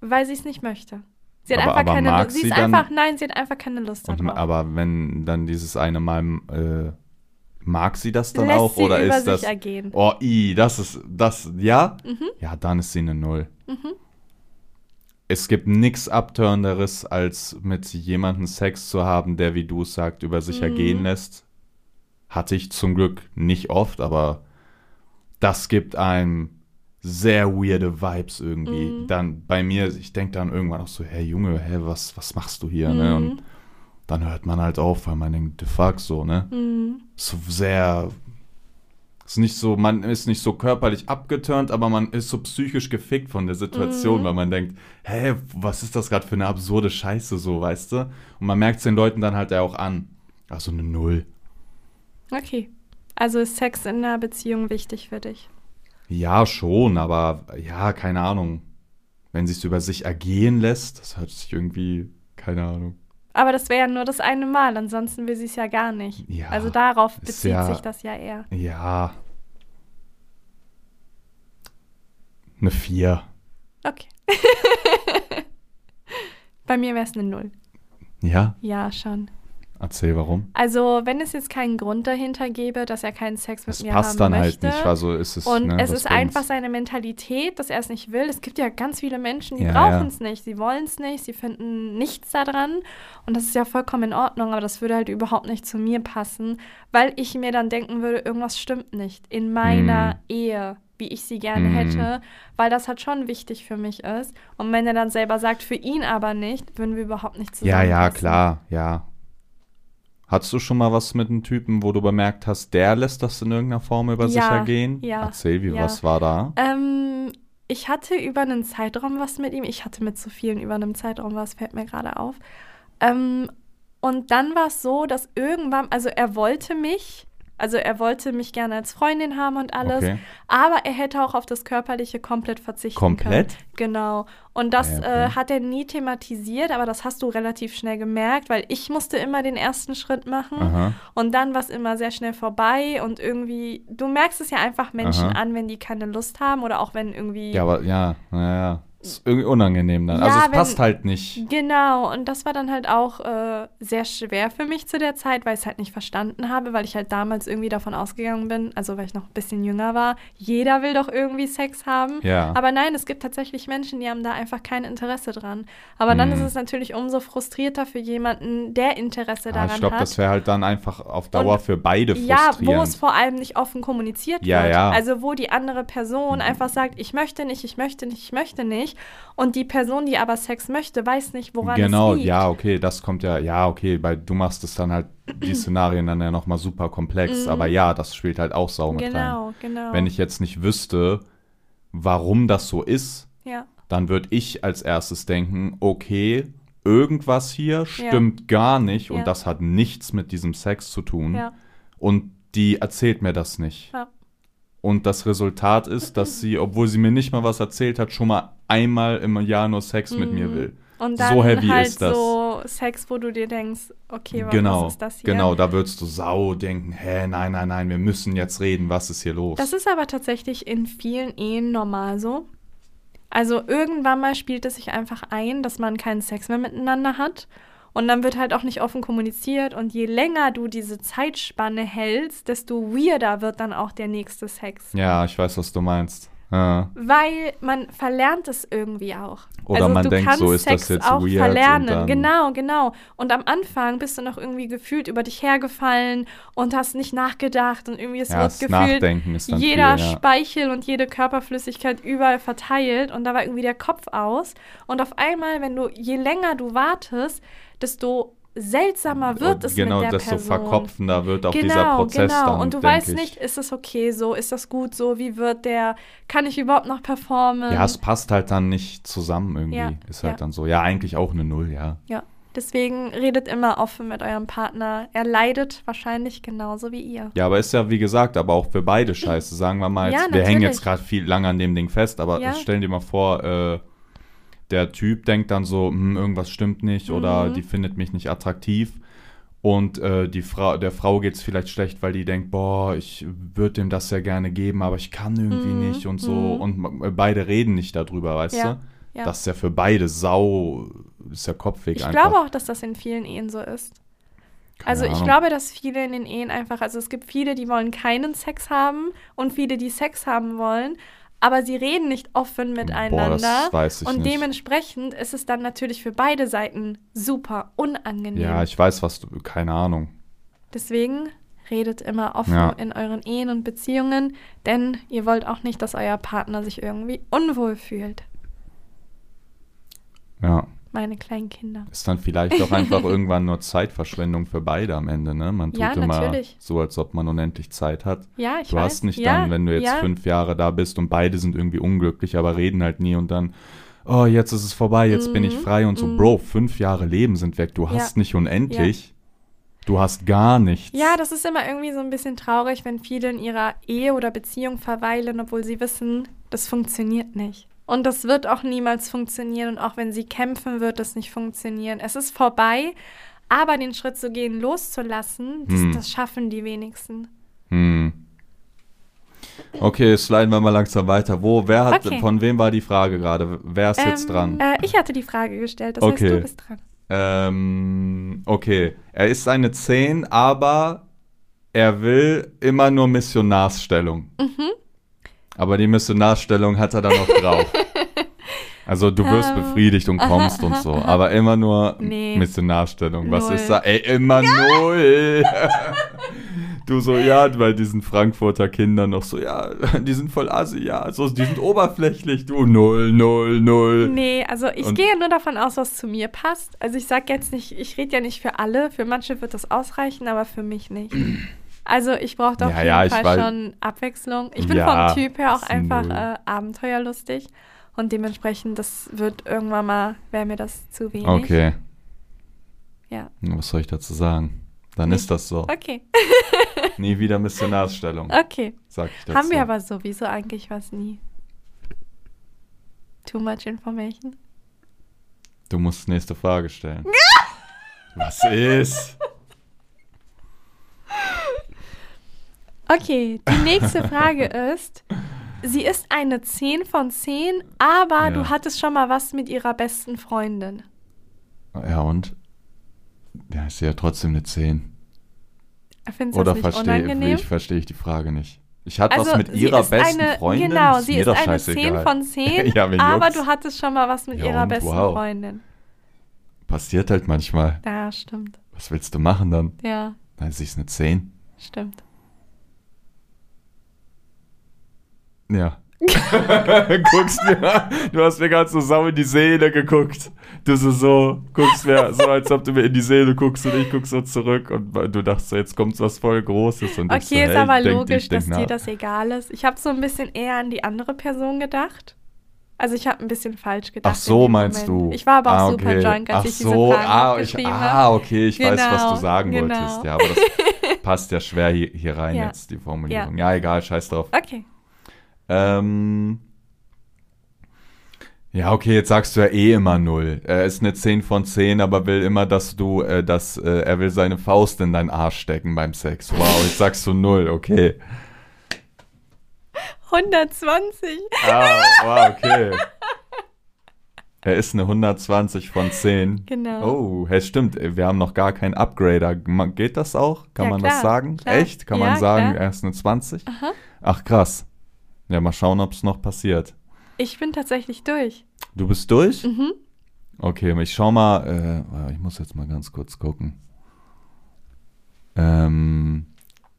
[SPEAKER 2] Weil sie es nicht möchte. Sie hat
[SPEAKER 1] Aber-
[SPEAKER 2] einfach
[SPEAKER 1] aber
[SPEAKER 2] keine
[SPEAKER 1] mag
[SPEAKER 2] Lust. Sie
[SPEAKER 1] sie
[SPEAKER 2] ist
[SPEAKER 1] dann-
[SPEAKER 2] einfach, nein, sie hat einfach keine Lust
[SPEAKER 1] und,
[SPEAKER 2] darauf.
[SPEAKER 1] aber wenn dann dieses eine Mal, äh, mag sie das dann
[SPEAKER 2] Lässt
[SPEAKER 1] auch?
[SPEAKER 2] sie
[SPEAKER 1] oder
[SPEAKER 2] über
[SPEAKER 1] ist
[SPEAKER 2] sich
[SPEAKER 1] das.
[SPEAKER 2] ergehen.
[SPEAKER 1] Oh, i, das ist. Das, ja? Ja, dann ist sie eine Null. Es gibt nichts Abtörenderes, als mit jemandem Sex zu haben, der, wie du es sagst, über sich ergehen lässt. Hatte ich zum Glück nicht oft, aber das gibt einem sehr weirde Vibes irgendwie. Dann bei mir, ich denke dann irgendwann auch so, hey Junge, hä, was, was machst du hier? Ne?
[SPEAKER 2] Mhm.
[SPEAKER 1] Und dann hört man halt auf, weil man denkt, the fuck so, ne?
[SPEAKER 2] Mhm.
[SPEAKER 1] Ist sehr ist nicht so, man ist nicht so körperlich abgeturnt, aber man ist so psychisch gefickt von der Situation, weil man denkt, hä, was ist das gerade für eine absurde Scheiße so, weißt du? Und man merkt es den Leuten dann halt ja auch an. Ach so, eine Null.
[SPEAKER 2] Okay. Also ist Sex in einer Beziehung wichtig für dich?
[SPEAKER 1] Ja, schon, aber ja, keine Ahnung. Wenn sie es über sich ergehen lässt, das hört sich irgendwie, keine Ahnung.
[SPEAKER 2] Aber das wäre ja nur das eine Mal, ansonsten will sie es ja gar nicht.
[SPEAKER 1] Ja,
[SPEAKER 2] also darauf
[SPEAKER 1] ist
[SPEAKER 2] bezieht
[SPEAKER 1] ja-
[SPEAKER 2] sich das ja eher.
[SPEAKER 1] Ja. Eine Vier.
[SPEAKER 2] Okay. Bei mir wäre es eine Null.
[SPEAKER 1] Ja,
[SPEAKER 2] Ja, schon.
[SPEAKER 1] erzähl warum.
[SPEAKER 2] Also, wenn es jetzt keinen Grund dahinter gäbe, dass er keinen Sex mit
[SPEAKER 1] Das
[SPEAKER 2] mir
[SPEAKER 1] passt
[SPEAKER 2] haben
[SPEAKER 1] dann halt
[SPEAKER 2] möchte.
[SPEAKER 1] nicht, also ist es.
[SPEAKER 2] und
[SPEAKER 1] ne,
[SPEAKER 2] es
[SPEAKER 1] das
[SPEAKER 2] ist einfach
[SPEAKER 1] bringt's.
[SPEAKER 2] seine Mentalität, dass er es nicht will. Es gibt ja ganz viele Menschen, die
[SPEAKER 1] Ja,
[SPEAKER 2] brauchen
[SPEAKER 1] ja.
[SPEAKER 2] es nicht. Sie wollen es nicht, sie finden nichts daran. Und das ist ja vollkommen in Ordnung, aber das würde halt überhaupt nicht zu mir passen, weil ich mir dann denken würde, irgendwas stimmt nicht in meiner
[SPEAKER 1] Hm.
[SPEAKER 2] Ehe, wie ich sie gerne
[SPEAKER 1] Hm.
[SPEAKER 2] hätte, weil das halt schon wichtig für mich ist. Und wenn er dann selber sagt, für ihn aber nicht, würden wir überhaupt nicht
[SPEAKER 1] Ja,
[SPEAKER 2] zusammen.
[SPEAKER 1] ja, klar, ja. Hattest du schon mal was mit einem Typen, wo du bemerkt hast, der lässt das in irgendeiner Form über sich
[SPEAKER 2] Ja,
[SPEAKER 1] ergehen?
[SPEAKER 2] ja,
[SPEAKER 1] Erzähl, wie
[SPEAKER 2] ja.
[SPEAKER 1] was war da?
[SPEAKER 2] Ähm, ich hatte über einen Zeitraum was mit ihm. Ich hatte mit so vielen über einen Zeitraum was, fällt mir gerade auf. Ähm, und dann war es so, dass irgendwann, also er wollte mich, Also er wollte mich gerne als Freundin haben und alles.
[SPEAKER 1] Okay.
[SPEAKER 2] Aber er hätte auch auf das Körperliche komplett verzichten
[SPEAKER 1] Komplett?
[SPEAKER 2] können. Genau. Und das
[SPEAKER 1] Ja, okay.
[SPEAKER 2] äh, hat er nie thematisiert, aber das hast du relativ schnell gemerkt, weil ich musste immer den ersten Schritt machen.
[SPEAKER 1] Aha.
[SPEAKER 2] Und dann war es immer sehr schnell vorbei und irgendwie, du merkst es ja einfach Menschen
[SPEAKER 1] Aha.
[SPEAKER 2] an, wenn die keine Lust haben oder auch wenn irgendwie.
[SPEAKER 1] Ja, aber ja, naja. Ist irgendwie unangenehm dann.
[SPEAKER 2] Ja,
[SPEAKER 1] also es
[SPEAKER 2] wenn-
[SPEAKER 1] passt halt nicht.
[SPEAKER 2] Genau, und das war dann halt auch äh, sehr schwer für mich zu der Zeit, weil ich es halt nicht verstanden habe, weil ich halt damals irgendwie davon ausgegangen bin, also weil ich noch ein bisschen jünger war, jeder will doch irgendwie Sex haben.
[SPEAKER 1] Ja.
[SPEAKER 2] Aber nein, es gibt tatsächlich Menschen, die haben da einfach kein Interesse dran. Aber dann
[SPEAKER 1] Hm.
[SPEAKER 2] ist es natürlich umso frustrierter für jemanden, der Interesse
[SPEAKER 1] Ah,
[SPEAKER 2] daran
[SPEAKER 1] ich glaube,
[SPEAKER 2] hat.
[SPEAKER 1] das wäre halt dann einfach auf Dauer
[SPEAKER 2] Und-
[SPEAKER 1] für beide
[SPEAKER 2] Ja,
[SPEAKER 1] frustrierend.
[SPEAKER 2] wo es vor allem nicht offen kommuniziert
[SPEAKER 1] Ja,
[SPEAKER 2] wird.
[SPEAKER 1] ja.
[SPEAKER 2] Also wo die andere Person einfach sagt, ich möchte nicht, ich möchte nicht, ich möchte nicht. Und die Person, die aber Sex möchte, weiß nicht, woran
[SPEAKER 1] genau,
[SPEAKER 2] es liegt.
[SPEAKER 1] ja, okay, das kommt ja, ja, okay, weil du machst es dann halt, die Szenarien dann ja nochmal super komplex, aber ja, das spielt halt auch Sau mit rein.
[SPEAKER 2] Mhm. Genau, genau.
[SPEAKER 1] Wenn ich jetzt nicht wüsste, warum das so ist,
[SPEAKER 2] ja.
[SPEAKER 1] dann würde ich als erstes denken, okay, irgendwas hier stimmt gar nicht
[SPEAKER 2] Ja.
[SPEAKER 1] und das hat nichts mit diesem Sex zu tun
[SPEAKER 2] Ja,
[SPEAKER 1] und die erzählt mir das nicht.
[SPEAKER 2] ja,
[SPEAKER 1] Und das Resultat ist, dass sie, obwohl sie mir nicht mal was erzählt hat, schon mal einmal im Jahr nur Sex mit mir will.
[SPEAKER 2] Mhm. Und dann
[SPEAKER 1] so heavy
[SPEAKER 2] halt
[SPEAKER 1] ist das.
[SPEAKER 2] so Sex, wo du dir denkst, okay, wa-
[SPEAKER 1] genau,
[SPEAKER 2] was ist das hier?
[SPEAKER 1] genau, da würdest du sau denken, hä, nein, nein, nein, wir müssen jetzt reden, was ist hier los?
[SPEAKER 2] Das ist aber tatsächlich in vielen Ehen normal so. Also irgendwann mal spielt es sich einfach ein, dass man keinen Sex mehr miteinander hat. Und dann wird halt auch nicht offen kommuniziert. Und je länger du diese Zeitspanne hältst, desto weirder wird dann auch der nächste Sex.
[SPEAKER 1] ja, ich weiß, was du meinst. Ja,
[SPEAKER 2] Weil man verlernt es irgendwie auch. Also
[SPEAKER 1] Oder man denkt, so ist das jetzt weird und
[SPEAKER 2] Verlernen.
[SPEAKER 1] dann-
[SPEAKER 2] genau, genau. Und am Anfang bist du noch irgendwie gefühlt über dich hergefallen und hast nicht nachgedacht und irgendwie es
[SPEAKER 1] Ja,
[SPEAKER 2] wird
[SPEAKER 1] das
[SPEAKER 2] gefühlt
[SPEAKER 1] Nachdenken ist dann
[SPEAKER 2] jeder
[SPEAKER 1] viel, ja.
[SPEAKER 2] Speichel und jede Körperflüssigkeit überall verteilt und da war irgendwie der Kopf aus. Und auf einmal, wenn du, je länger du wartest, desto seltsamer wird
[SPEAKER 1] Und
[SPEAKER 2] es
[SPEAKER 1] genau,
[SPEAKER 2] mit der
[SPEAKER 1] desto
[SPEAKER 2] Person.
[SPEAKER 1] verkopfender wird auch
[SPEAKER 2] genau,
[SPEAKER 1] dieser Prozess
[SPEAKER 2] genau.
[SPEAKER 1] dann,
[SPEAKER 2] und du
[SPEAKER 1] denk
[SPEAKER 2] weißt
[SPEAKER 1] ich.
[SPEAKER 2] nicht, ist das okay so, ist das gut so, wie wird der, kann ich überhaupt noch performen?
[SPEAKER 1] Ja, es passt halt dann nicht zusammen irgendwie,
[SPEAKER 2] ähm, Ja,
[SPEAKER 1] ist halt
[SPEAKER 2] ja.
[SPEAKER 1] dann so. Ja, eigentlich auch eine Null, ja.
[SPEAKER 2] Ja, deswegen redet immer offen mit eurem Partner. Er leidet wahrscheinlich genauso wie ihr.
[SPEAKER 1] Ja, aber ist ja, wie gesagt, aber auch für beide scheiße. Sagen wir mal,
[SPEAKER 2] Ja,
[SPEAKER 1] jetzt, wir hängen
[SPEAKER 2] natürlich.
[SPEAKER 1] jetzt gerade viel lange an dem Ding fest, aber
[SPEAKER 2] Ja.
[SPEAKER 1] stellen dir mal vor, äh, der Typ denkt dann so, hm, irgendwas stimmt nicht
[SPEAKER 2] Mhm.
[SPEAKER 1] oder die findet mich nicht attraktiv. Und äh, die Frau, der Frau geht es vielleicht schlecht, weil die denkt, boah, ich würde dem das ja gerne geben, aber ich kann irgendwie
[SPEAKER 2] Mhm,
[SPEAKER 1] nicht und so.
[SPEAKER 2] mhm.
[SPEAKER 1] Und ma- äh, beide reden nicht darüber, weißt
[SPEAKER 2] Ja,
[SPEAKER 1] du?
[SPEAKER 2] ja.
[SPEAKER 1] Das ist ja für beide sau, ist ja Kopfweg
[SPEAKER 2] Ich
[SPEAKER 1] einfach.
[SPEAKER 2] glaube auch, dass das in vielen Ehen so ist.
[SPEAKER 1] Keine
[SPEAKER 2] Also ich
[SPEAKER 1] Ahnung.
[SPEAKER 2] glaube, dass viele in den Ehen einfach, also es gibt viele, die wollen keinen Sex haben und viele, die Sex haben wollen, aber sie reden nicht offen miteinander.
[SPEAKER 1] weiß ich
[SPEAKER 2] und
[SPEAKER 1] nicht.
[SPEAKER 2] dementsprechend ist es dann natürlich für beide Seiten super unangenehm.
[SPEAKER 1] Ja, ich weiß, was du, keine Ahnung.
[SPEAKER 2] Deswegen redet immer offen
[SPEAKER 1] Ja.
[SPEAKER 2] in euren Ehen und Beziehungen, denn ihr wollt auch nicht, dass euer Partner sich irgendwie unwohl fühlt.
[SPEAKER 1] Ja.
[SPEAKER 2] Meine kleinen Kinder.
[SPEAKER 1] Ist dann vielleicht auch einfach irgendwann nur Zeitverschwendung für beide am Ende, ne? Man tut
[SPEAKER 2] Ja,
[SPEAKER 1] immer
[SPEAKER 2] natürlich.
[SPEAKER 1] so, als ob man unendlich Zeit hat.
[SPEAKER 2] Ja, ich
[SPEAKER 1] du
[SPEAKER 2] weiß.
[SPEAKER 1] hast nicht
[SPEAKER 2] ja,
[SPEAKER 1] dann, wenn du jetzt
[SPEAKER 2] ja,
[SPEAKER 1] fünf Jahre da bist und beide sind irgendwie unglücklich, aber reden halt nie und dann, oh, jetzt ist es vorbei, jetzt bin ich
[SPEAKER 2] Mhm,
[SPEAKER 1] frei und so,
[SPEAKER 2] mhm.
[SPEAKER 1] Bro, fünf Jahre Leben sind weg, du hast nicht unendlich. Du hast gar nichts.
[SPEAKER 2] Ja, das ist immer irgendwie so ein bisschen traurig, wenn viele in ihrer Ehe oder Beziehung verweilen, obwohl sie wissen, das funktioniert nicht. Und das wird auch niemals funktionieren. Und auch wenn sie kämpfen, wird das nicht funktionieren. Es ist vorbei, aber den Schritt zu gehen, loszulassen, das,
[SPEAKER 1] Hm.
[SPEAKER 2] das schaffen die wenigsten.
[SPEAKER 1] Hm. Okay, sliden wir mal langsam weiter. Wo, wer hat,
[SPEAKER 2] Okay.
[SPEAKER 1] von wem war die Frage gerade? Wer ist jetzt
[SPEAKER 2] Ähm,
[SPEAKER 1] dran?
[SPEAKER 2] Äh, ich hatte die Frage gestellt, das
[SPEAKER 1] Okay.
[SPEAKER 2] heißt, du bist dran.
[SPEAKER 1] Ähm, okay. Er ist eine 10, aber er will immer nur Missionarsstellung.
[SPEAKER 2] Mhm.
[SPEAKER 1] Aber die Missionarsstellung hat er dann noch drauf. Also du wirst
[SPEAKER 2] Ähm,
[SPEAKER 1] befriedigt und kommst und so, aber immer nur
[SPEAKER 2] Nee.
[SPEAKER 1] Missionarstellung. Was
[SPEAKER 2] Null.
[SPEAKER 1] ist da? Ey, immer null. du so, ja, bei diesen Frankfurter Kindern noch so, ja, die sind voll assi, ja, so, die sind oberflächlich, du, null, null, null.
[SPEAKER 2] Nee, also ich
[SPEAKER 1] Und-
[SPEAKER 2] gehe nur davon aus, was zu mir passt. Also ich sage jetzt nicht, ich rede ja nicht für alle. Für manche wird das ausreichen, aber für mich nicht. Also ich brauche auf
[SPEAKER 1] Ja,
[SPEAKER 2] jeden
[SPEAKER 1] ja, ich
[SPEAKER 2] Fall
[SPEAKER 1] weiß-
[SPEAKER 2] schon Abwechslung. Ich bin
[SPEAKER 1] Ja,
[SPEAKER 2] vom Typ her auch
[SPEAKER 1] ist
[SPEAKER 2] einfach
[SPEAKER 1] null.
[SPEAKER 2] äh, abenteuerlustig und dementsprechend, das wird irgendwann mal, wäre mir das zu wenig.
[SPEAKER 1] Okay,
[SPEAKER 2] Ja.
[SPEAKER 1] was soll ich dazu sagen? Dann ist das so.
[SPEAKER 2] Okay,
[SPEAKER 1] Nie wieder Missionarsstellung,
[SPEAKER 2] okay.
[SPEAKER 1] sag ich dazu.
[SPEAKER 2] Haben wir aber sowieso eigentlich was nie. Too much information.
[SPEAKER 1] Du musst nächste Frage stellen. Was ist?
[SPEAKER 2] Okay, die nächste Frage ist, sie ist eine 10 von 10, aber
[SPEAKER 1] Ja.
[SPEAKER 2] du hattest schon mal was mit ihrer besten Freundin.
[SPEAKER 1] Ja, und? Ja, ist ja trotzdem eine 10.
[SPEAKER 2] Findest du
[SPEAKER 1] Oder
[SPEAKER 2] das nicht
[SPEAKER 1] verstehe
[SPEAKER 2] unangenehm?
[SPEAKER 1] ich, verstehe ich die Frage nicht. Ich hatte
[SPEAKER 2] also,
[SPEAKER 1] was mit
[SPEAKER 2] sie
[SPEAKER 1] ihrer
[SPEAKER 2] ist
[SPEAKER 1] besten
[SPEAKER 2] eine,
[SPEAKER 1] Freundin.
[SPEAKER 2] Genau,
[SPEAKER 1] ist
[SPEAKER 2] sie
[SPEAKER 1] mir
[SPEAKER 2] ist
[SPEAKER 1] doch
[SPEAKER 2] eine 10
[SPEAKER 1] scheißegal.
[SPEAKER 2] von 10,
[SPEAKER 1] Ja, wen
[SPEAKER 2] aber
[SPEAKER 1] juckt's?
[SPEAKER 2] du hattest schon mal was mit
[SPEAKER 1] Ja,
[SPEAKER 2] ihrer
[SPEAKER 1] und?
[SPEAKER 2] besten
[SPEAKER 1] Wow.
[SPEAKER 2] Freundin.
[SPEAKER 1] Passiert halt manchmal.
[SPEAKER 2] Ja, stimmt.
[SPEAKER 1] Was willst du machen dann?
[SPEAKER 2] Ja,
[SPEAKER 1] Dann ist es eine 10.
[SPEAKER 2] stimmt.
[SPEAKER 1] Ja. guckst mir, du hast mir ganz so sau in die Seele geguckt. Du so, so guckst mir, so als ob du mir in die Seele guckst und ich guck so zurück und du dachtest so, jetzt kommt was voll Großes und ich so,
[SPEAKER 2] Okay, ist
[SPEAKER 1] hey,
[SPEAKER 2] aber
[SPEAKER 1] ich denk,
[SPEAKER 2] logisch,
[SPEAKER 1] ich denk
[SPEAKER 2] dass
[SPEAKER 1] nach.
[SPEAKER 2] dir das egal ist. Ich habe so ein bisschen eher an die andere Person gedacht. Also ich habe ein bisschen falsch gedacht.
[SPEAKER 1] Ach so,
[SPEAKER 2] in dem
[SPEAKER 1] meinst
[SPEAKER 2] Moment.
[SPEAKER 1] du?
[SPEAKER 2] Ich war aber
[SPEAKER 1] Ah,
[SPEAKER 2] auch super drunk, als
[SPEAKER 1] Ach
[SPEAKER 2] ich
[SPEAKER 1] so,
[SPEAKER 2] diese Fragen
[SPEAKER 1] ah, ich,
[SPEAKER 2] aufgeschrieben
[SPEAKER 1] ah,
[SPEAKER 2] habe.
[SPEAKER 1] okay, ich weiß, was
[SPEAKER 2] Genau,
[SPEAKER 1] du sagen
[SPEAKER 2] genau.
[SPEAKER 1] wolltest. Ja, aber das passt ja schwer hier, hier rein
[SPEAKER 2] Ja.
[SPEAKER 1] jetzt, die Formulierung. Ja, egal, scheiß drauf.
[SPEAKER 2] Okay,
[SPEAKER 1] Ähm, ja, okay, jetzt sagst du ja eh immer null. Er ist eine 10 von 10, aber will immer, dass du, äh, dass äh, er will seine Faust in deinen Arsch stecken beim Sex. Wow, jetzt sagst du null, okay.
[SPEAKER 2] 120.
[SPEAKER 1] Ah, wow, okay. Er ist eine 120 von 10.
[SPEAKER 2] Genau.
[SPEAKER 1] Oh, hey, stimmt, äh, wir haben noch gar keinen Upgrader. Ma- Geht das auch? Kann
[SPEAKER 2] Ja,
[SPEAKER 1] man das
[SPEAKER 2] klar,
[SPEAKER 1] sagen?
[SPEAKER 2] klar.
[SPEAKER 1] Echt? Kann
[SPEAKER 2] Ja,
[SPEAKER 1] man sagen,
[SPEAKER 2] klar.
[SPEAKER 1] er ist eine 20?
[SPEAKER 2] Aha.
[SPEAKER 1] Ach, krass. Ja, mal schauen, ob es noch passiert.
[SPEAKER 2] Ich bin tatsächlich durch.
[SPEAKER 1] Du bist durch?
[SPEAKER 2] Mhm.
[SPEAKER 1] Okay, ich schau mal, äh, ich muss jetzt mal ganz kurz gucken. Ähm,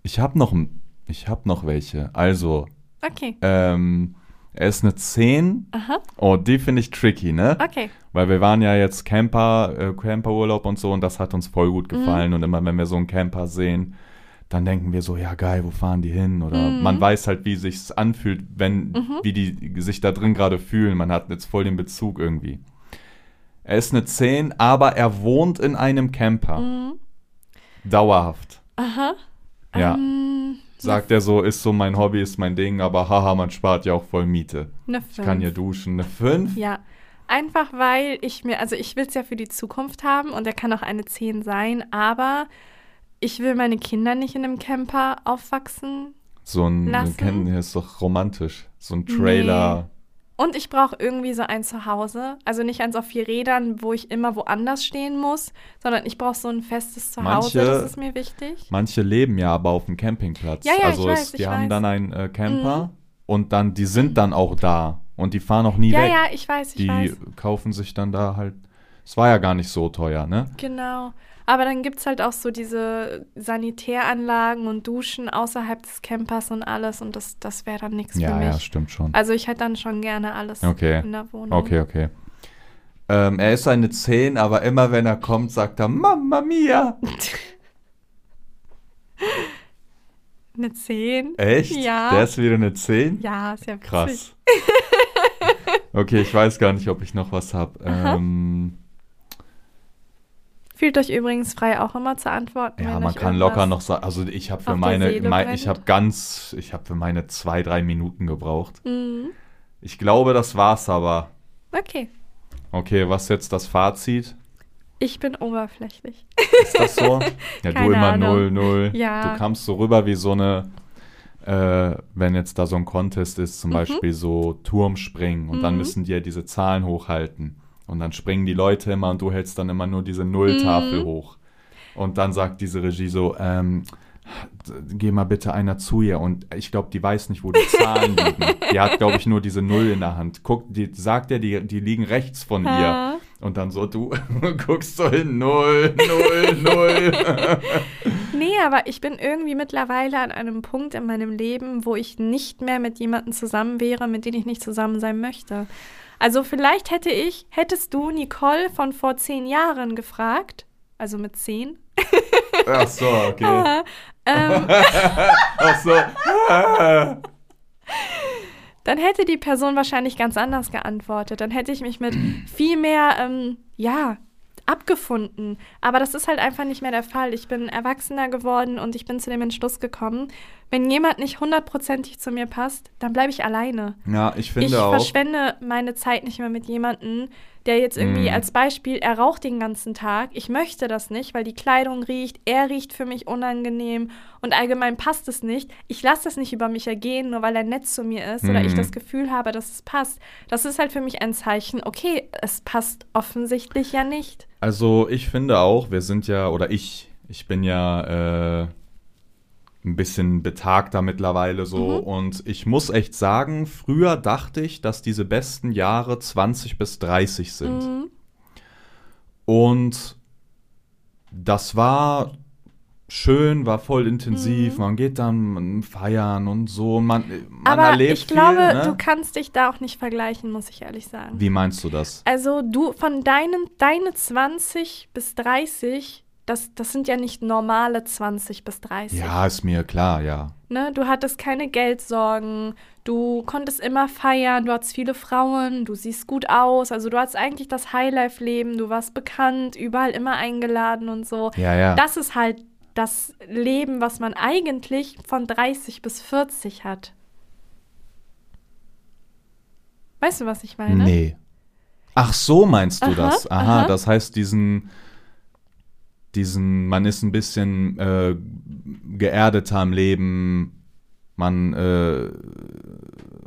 [SPEAKER 1] ich habe noch, ein- ich hab noch welche. Also,
[SPEAKER 2] Okay.
[SPEAKER 1] ähm, er ist eine 10.
[SPEAKER 2] Aha.
[SPEAKER 1] Oh, die finde ich tricky, ne?
[SPEAKER 2] Okay.
[SPEAKER 1] Weil wir waren ja jetzt Camper, äh, Camperurlaub und so und das hat uns voll gut
[SPEAKER 2] Mhm.
[SPEAKER 1] gefallen. Und immer wenn wir so einen Camper sehen, dann denken wir so, ja geil, wo fahren die hin? Oder
[SPEAKER 2] Mhm.
[SPEAKER 1] man weiß halt, wie sich's anfühlt, wenn, wie die sich da drin gerade fühlen. Man hat jetzt voll den Bezug irgendwie. Er ist eine 10, aber er wohnt in einem Camper.
[SPEAKER 2] Mhm.
[SPEAKER 1] Dauerhaft.
[SPEAKER 2] Aha.
[SPEAKER 1] Ja.
[SPEAKER 2] Ähm,
[SPEAKER 1] Sagt er so, ist so mein Hobby, ist mein Ding, aber haha, man spart ja auch voll Miete.
[SPEAKER 2] eine
[SPEAKER 1] Ich kann
[SPEAKER 2] fünf.
[SPEAKER 1] ja duschen. Eine 5?
[SPEAKER 2] Ja, einfach weil ich mir, also ich will es ja für die Zukunft haben und er kann auch eine 10 sein, aber ich will meine Kinder nicht in einem Camper aufwachsen
[SPEAKER 1] So ein,
[SPEAKER 2] Lassen?
[SPEAKER 1] kennen, ist doch romantisch. So ein
[SPEAKER 2] Nee.
[SPEAKER 1] Trailer.
[SPEAKER 2] und ich brauche irgendwie so ein Zuhause, also nicht eins auf vier Rädern, wo ich immer woanders stehen muss, sondern ich brauche so ein festes
[SPEAKER 1] Manche-
[SPEAKER 2] Zuhause, das ist mir wichtig.
[SPEAKER 1] Manche leben ja aber auf dem Campingplatz.
[SPEAKER 2] Ja, ja,
[SPEAKER 1] also
[SPEAKER 2] ich
[SPEAKER 1] es-
[SPEAKER 2] weiß,
[SPEAKER 1] die
[SPEAKER 2] ich
[SPEAKER 1] haben
[SPEAKER 2] weiß. Mhm.
[SPEAKER 1] dann einen äh, Camper und dann, die sind dann auch da und die fahren auch nie
[SPEAKER 2] Ja,
[SPEAKER 1] weg.
[SPEAKER 2] ja, ich weiß, ich
[SPEAKER 1] die
[SPEAKER 2] weiß.
[SPEAKER 1] kaufen sich dann da halt. Es war ja gar nicht so teuer, ne?
[SPEAKER 2] Genau. Aber dann gibt es halt auch so diese Sanitäranlagen und Duschen außerhalb des Campers und alles und das, das wäre dann nichts für
[SPEAKER 1] Ja,
[SPEAKER 2] mich.
[SPEAKER 1] ja, stimmt schon.
[SPEAKER 2] Also ich hätte dann schon gerne alles
[SPEAKER 1] Okay.
[SPEAKER 2] in der Wohnung.
[SPEAKER 1] Okay, okay. Ähm, er ist eine 10, aber immer wenn er kommt, sagt er Mamma mia.
[SPEAKER 2] Eine 10?
[SPEAKER 1] Echt?
[SPEAKER 2] Ja.
[SPEAKER 1] Der ist wieder eine 10?
[SPEAKER 2] Ja, ist ja witzig.
[SPEAKER 1] Krass. okay, ich weiß gar nicht, ob ich noch was habe.
[SPEAKER 2] Aha.
[SPEAKER 1] Ähm,
[SPEAKER 2] Fühlt euch übrigens frei, auch immer zu antworten.
[SPEAKER 1] Ja,
[SPEAKER 2] wenn
[SPEAKER 1] man
[SPEAKER 2] euch
[SPEAKER 1] kann
[SPEAKER 2] irgendwas-
[SPEAKER 1] locker noch sagen, also ich habe für
[SPEAKER 2] auf der
[SPEAKER 1] meine,
[SPEAKER 2] Seele
[SPEAKER 1] mei-
[SPEAKER 2] brennt.
[SPEAKER 1] ich habe ganz, ich habe für meine zwei, drei Minuten gebraucht.
[SPEAKER 2] Mhm.
[SPEAKER 1] Ich glaube, das war's aber.
[SPEAKER 2] Okay,
[SPEAKER 1] Okay, was jetzt das Fazit?
[SPEAKER 2] ich bin oberflächlich.
[SPEAKER 1] Ist das so? ja, du
[SPEAKER 2] Keine
[SPEAKER 1] immer
[SPEAKER 2] Ahnung.
[SPEAKER 1] null, null.
[SPEAKER 2] Ja.
[SPEAKER 1] Du kamst so rüber wie so eine, äh, wenn jetzt da so ein Contest ist, zum Beispiel so Turmspringen und dann
[SPEAKER 2] Mhm.
[SPEAKER 1] müssen die ja diese Zahlen hochhalten. Und dann springen die Leute immer und du hältst dann immer nur diese Nulltafel
[SPEAKER 2] Mhm.
[SPEAKER 1] hoch. Und dann sagt diese Regie so, ähm, geh mal bitte einer zu ihr. Und ich glaube, die weiß nicht, wo die Zahlen liegen. Die hat, glaube ich, nur diese Null in der Hand. Guckt, die sagt ja, die, die liegen rechts von
[SPEAKER 2] Ah.
[SPEAKER 1] ihr. Und dann so, du guckst so hin, Null, Null, Null.
[SPEAKER 2] Nee, aber ich bin irgendwie mittlerweile an einem Punkt in meinem Leben, wo ich nicht mehr mit jemandem zusammen wäre, mit dem ich nicht zusammen sein möchte. Also vielleicht hätte ich, hättest du Nicole von vor zehn Jahren gefragt, also mit zehn,
[SPEAKER 1] Ach so, okay.
[SPEAKER 2] äh, ähm,
[SPEAKER 1] Ach so.
[SPEAKER 2] dann hätte die Person wahrscheinlich ganz anders geantwortet. Dann hätte ich mich mit viel mehr, ähm, ja, abgefunden. Aber das ist halt einfach nicht mehr der Fall. Ich bin erwachsener geworden und ich bin zu dem Entschluss gekommen, wenn jemand nicht hundertprozentig zu mir passt, dann bleibe ich alleine.
[SPEAKER 1] Ja, ich finde
[SPEAKER 2] ich
[SPEAKER 1] auch.
[SPEAKER 2] verschwende meine Zeit nicht mehr mit jemandem, der jetzt irgendwie
[SPEAKER 1] Mm.
[SPEAKER 2] als Beispiel, er raucht den ganzen Tag. Ich möchte das nicht, weil die Kleidung riecht, er riecht für mich unangenehm und allgemein passt es nicht. Ich lasse das nicht über mich ergehen, nur weil er nett zu mir ist oder
[SPEAKER 1] Mm.
[SPEAKER 2] ich das Gefühl habe, dass es passt. Das ist halt für mich ein Zeichen, okay, es passt offensichtlich ja nicht.
[SPEAKER 1] Also ich finde auch, wir sind ja, oder ich, ich bin ja äh, ein bisschen betagter mittlerweile so.
[SPEAKER 2] Mhm.
[SPEAKER 1] Und ich muss echt sagen, früher dachte ich, dass diese besten Jahre 20 bis 30 sind.
[SPEAKER 2] Mhm.
[SPEAKER 1] Und das war schön, war voll
[SPEAKER 2] Mhm.
[SPEAKER 1] intensiv. Man geht dann feiern und so. und Man, man
[SPEAKER 2] Aber
[SPEAKER 1] erlebt
[SPEAKER 2] ich glaube,
[SPEAKER 1] viel, ne?
[SPEAKER 2] du kannst dich da auch nicht vergleichen, muss ich ehrlich sagen.
[SPEAKER 1] Wie meinst du das?
[SPEAKER 2] Also du von deinen deine 20 bis 30, das, das sind ja nicht normale 20 bis 30.
[SPEAKER 1] Ja, ist mir klar, ja.
[SPEAKER 2] Ne? Du hattest keine Geldsorgen, du konntest immer feiern, du hattest viele Frauen, du siehst gut aus, also du hattest eigentlich das Highlife-Leben, du warst bekannt, überall immer eingeladen und so.
[SPEAKER 1] Ja, ja.
[SPEAKER 2] Das ist halt das Leben, was man eigentlich von 30 bis 40 hat. Weißt du, was ich meine?
[SPEAKER 1] Nee. Ach so meinst du
[SPEAKER 2] Aha,
[SPEAKER 1] das? Aha,
[SPEAKER 2] aha.
[SPEAKER 1] das heißt diesen, diesen, man ist ein bisschen äh, geerdeter im Leben, man, äh,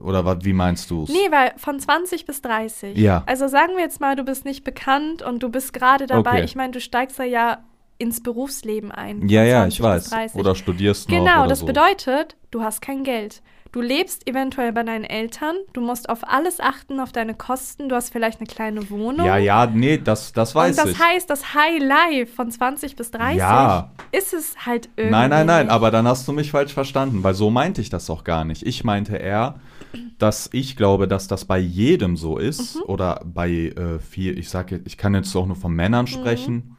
[SPEAKER 1] oder was, wie meinst du es?
[SPEAKER 2] Nee, weil von 20 bis 30.
[SPEAKER 1] Ja.
[SPEAKER 2] Also sagen wir jetzt mal, du bist nicht bekannt und du bist gerade dabei.
[SPEAKER 1] Okay.
[SPEAKER 2] Ich meine, du steigst da ja ins Berufsleben ein. von
[SPEAKER 1] Ja, ja,
[SPEAKER 2] 20
[SPEAKER 1] ich
[SPEAKER 2] bis
[SPEAKER 1] weiß.
[SPEAKER 2] 30.
[SPEAKER 1] Oder studierst noch
[SPEAKER 2] genau,
[SPEAKER 1] oder
[SPEAKER 2] das
[SPEAKER 1] so.
[SPEAKER 2] bedeutet, du hast kein Geld. Du lebst eventuell bei deinen Eltern, du musst auf alles achten, auf deine Kosten, du hast vielleicht eine kleine Wohnung.
[SPEAKER 1] Ja, ja, nee, das, das weiß
[SPEAKER 2] und das
[SPEAKER 1] ich.
[SPEAKER 2] heißt, das High Life von 20 bis 30
[SPEAKER 1] Ja.
[SPEAKER 2] ist es halt irgendwie.
[SPEAKER 1] Nein, nein, nein,
[SPEAKER 2] nicht.
[SPEAKER 1] aber dann hast du mich falsch verstanden, weil so meinte ich das auch gar nicht. Ich meinte eher, dass ich glaube, dass das bei jedem so ist oder bei äh, viel, ich sage, ich kann jetzt auch nur von Männern sprechen.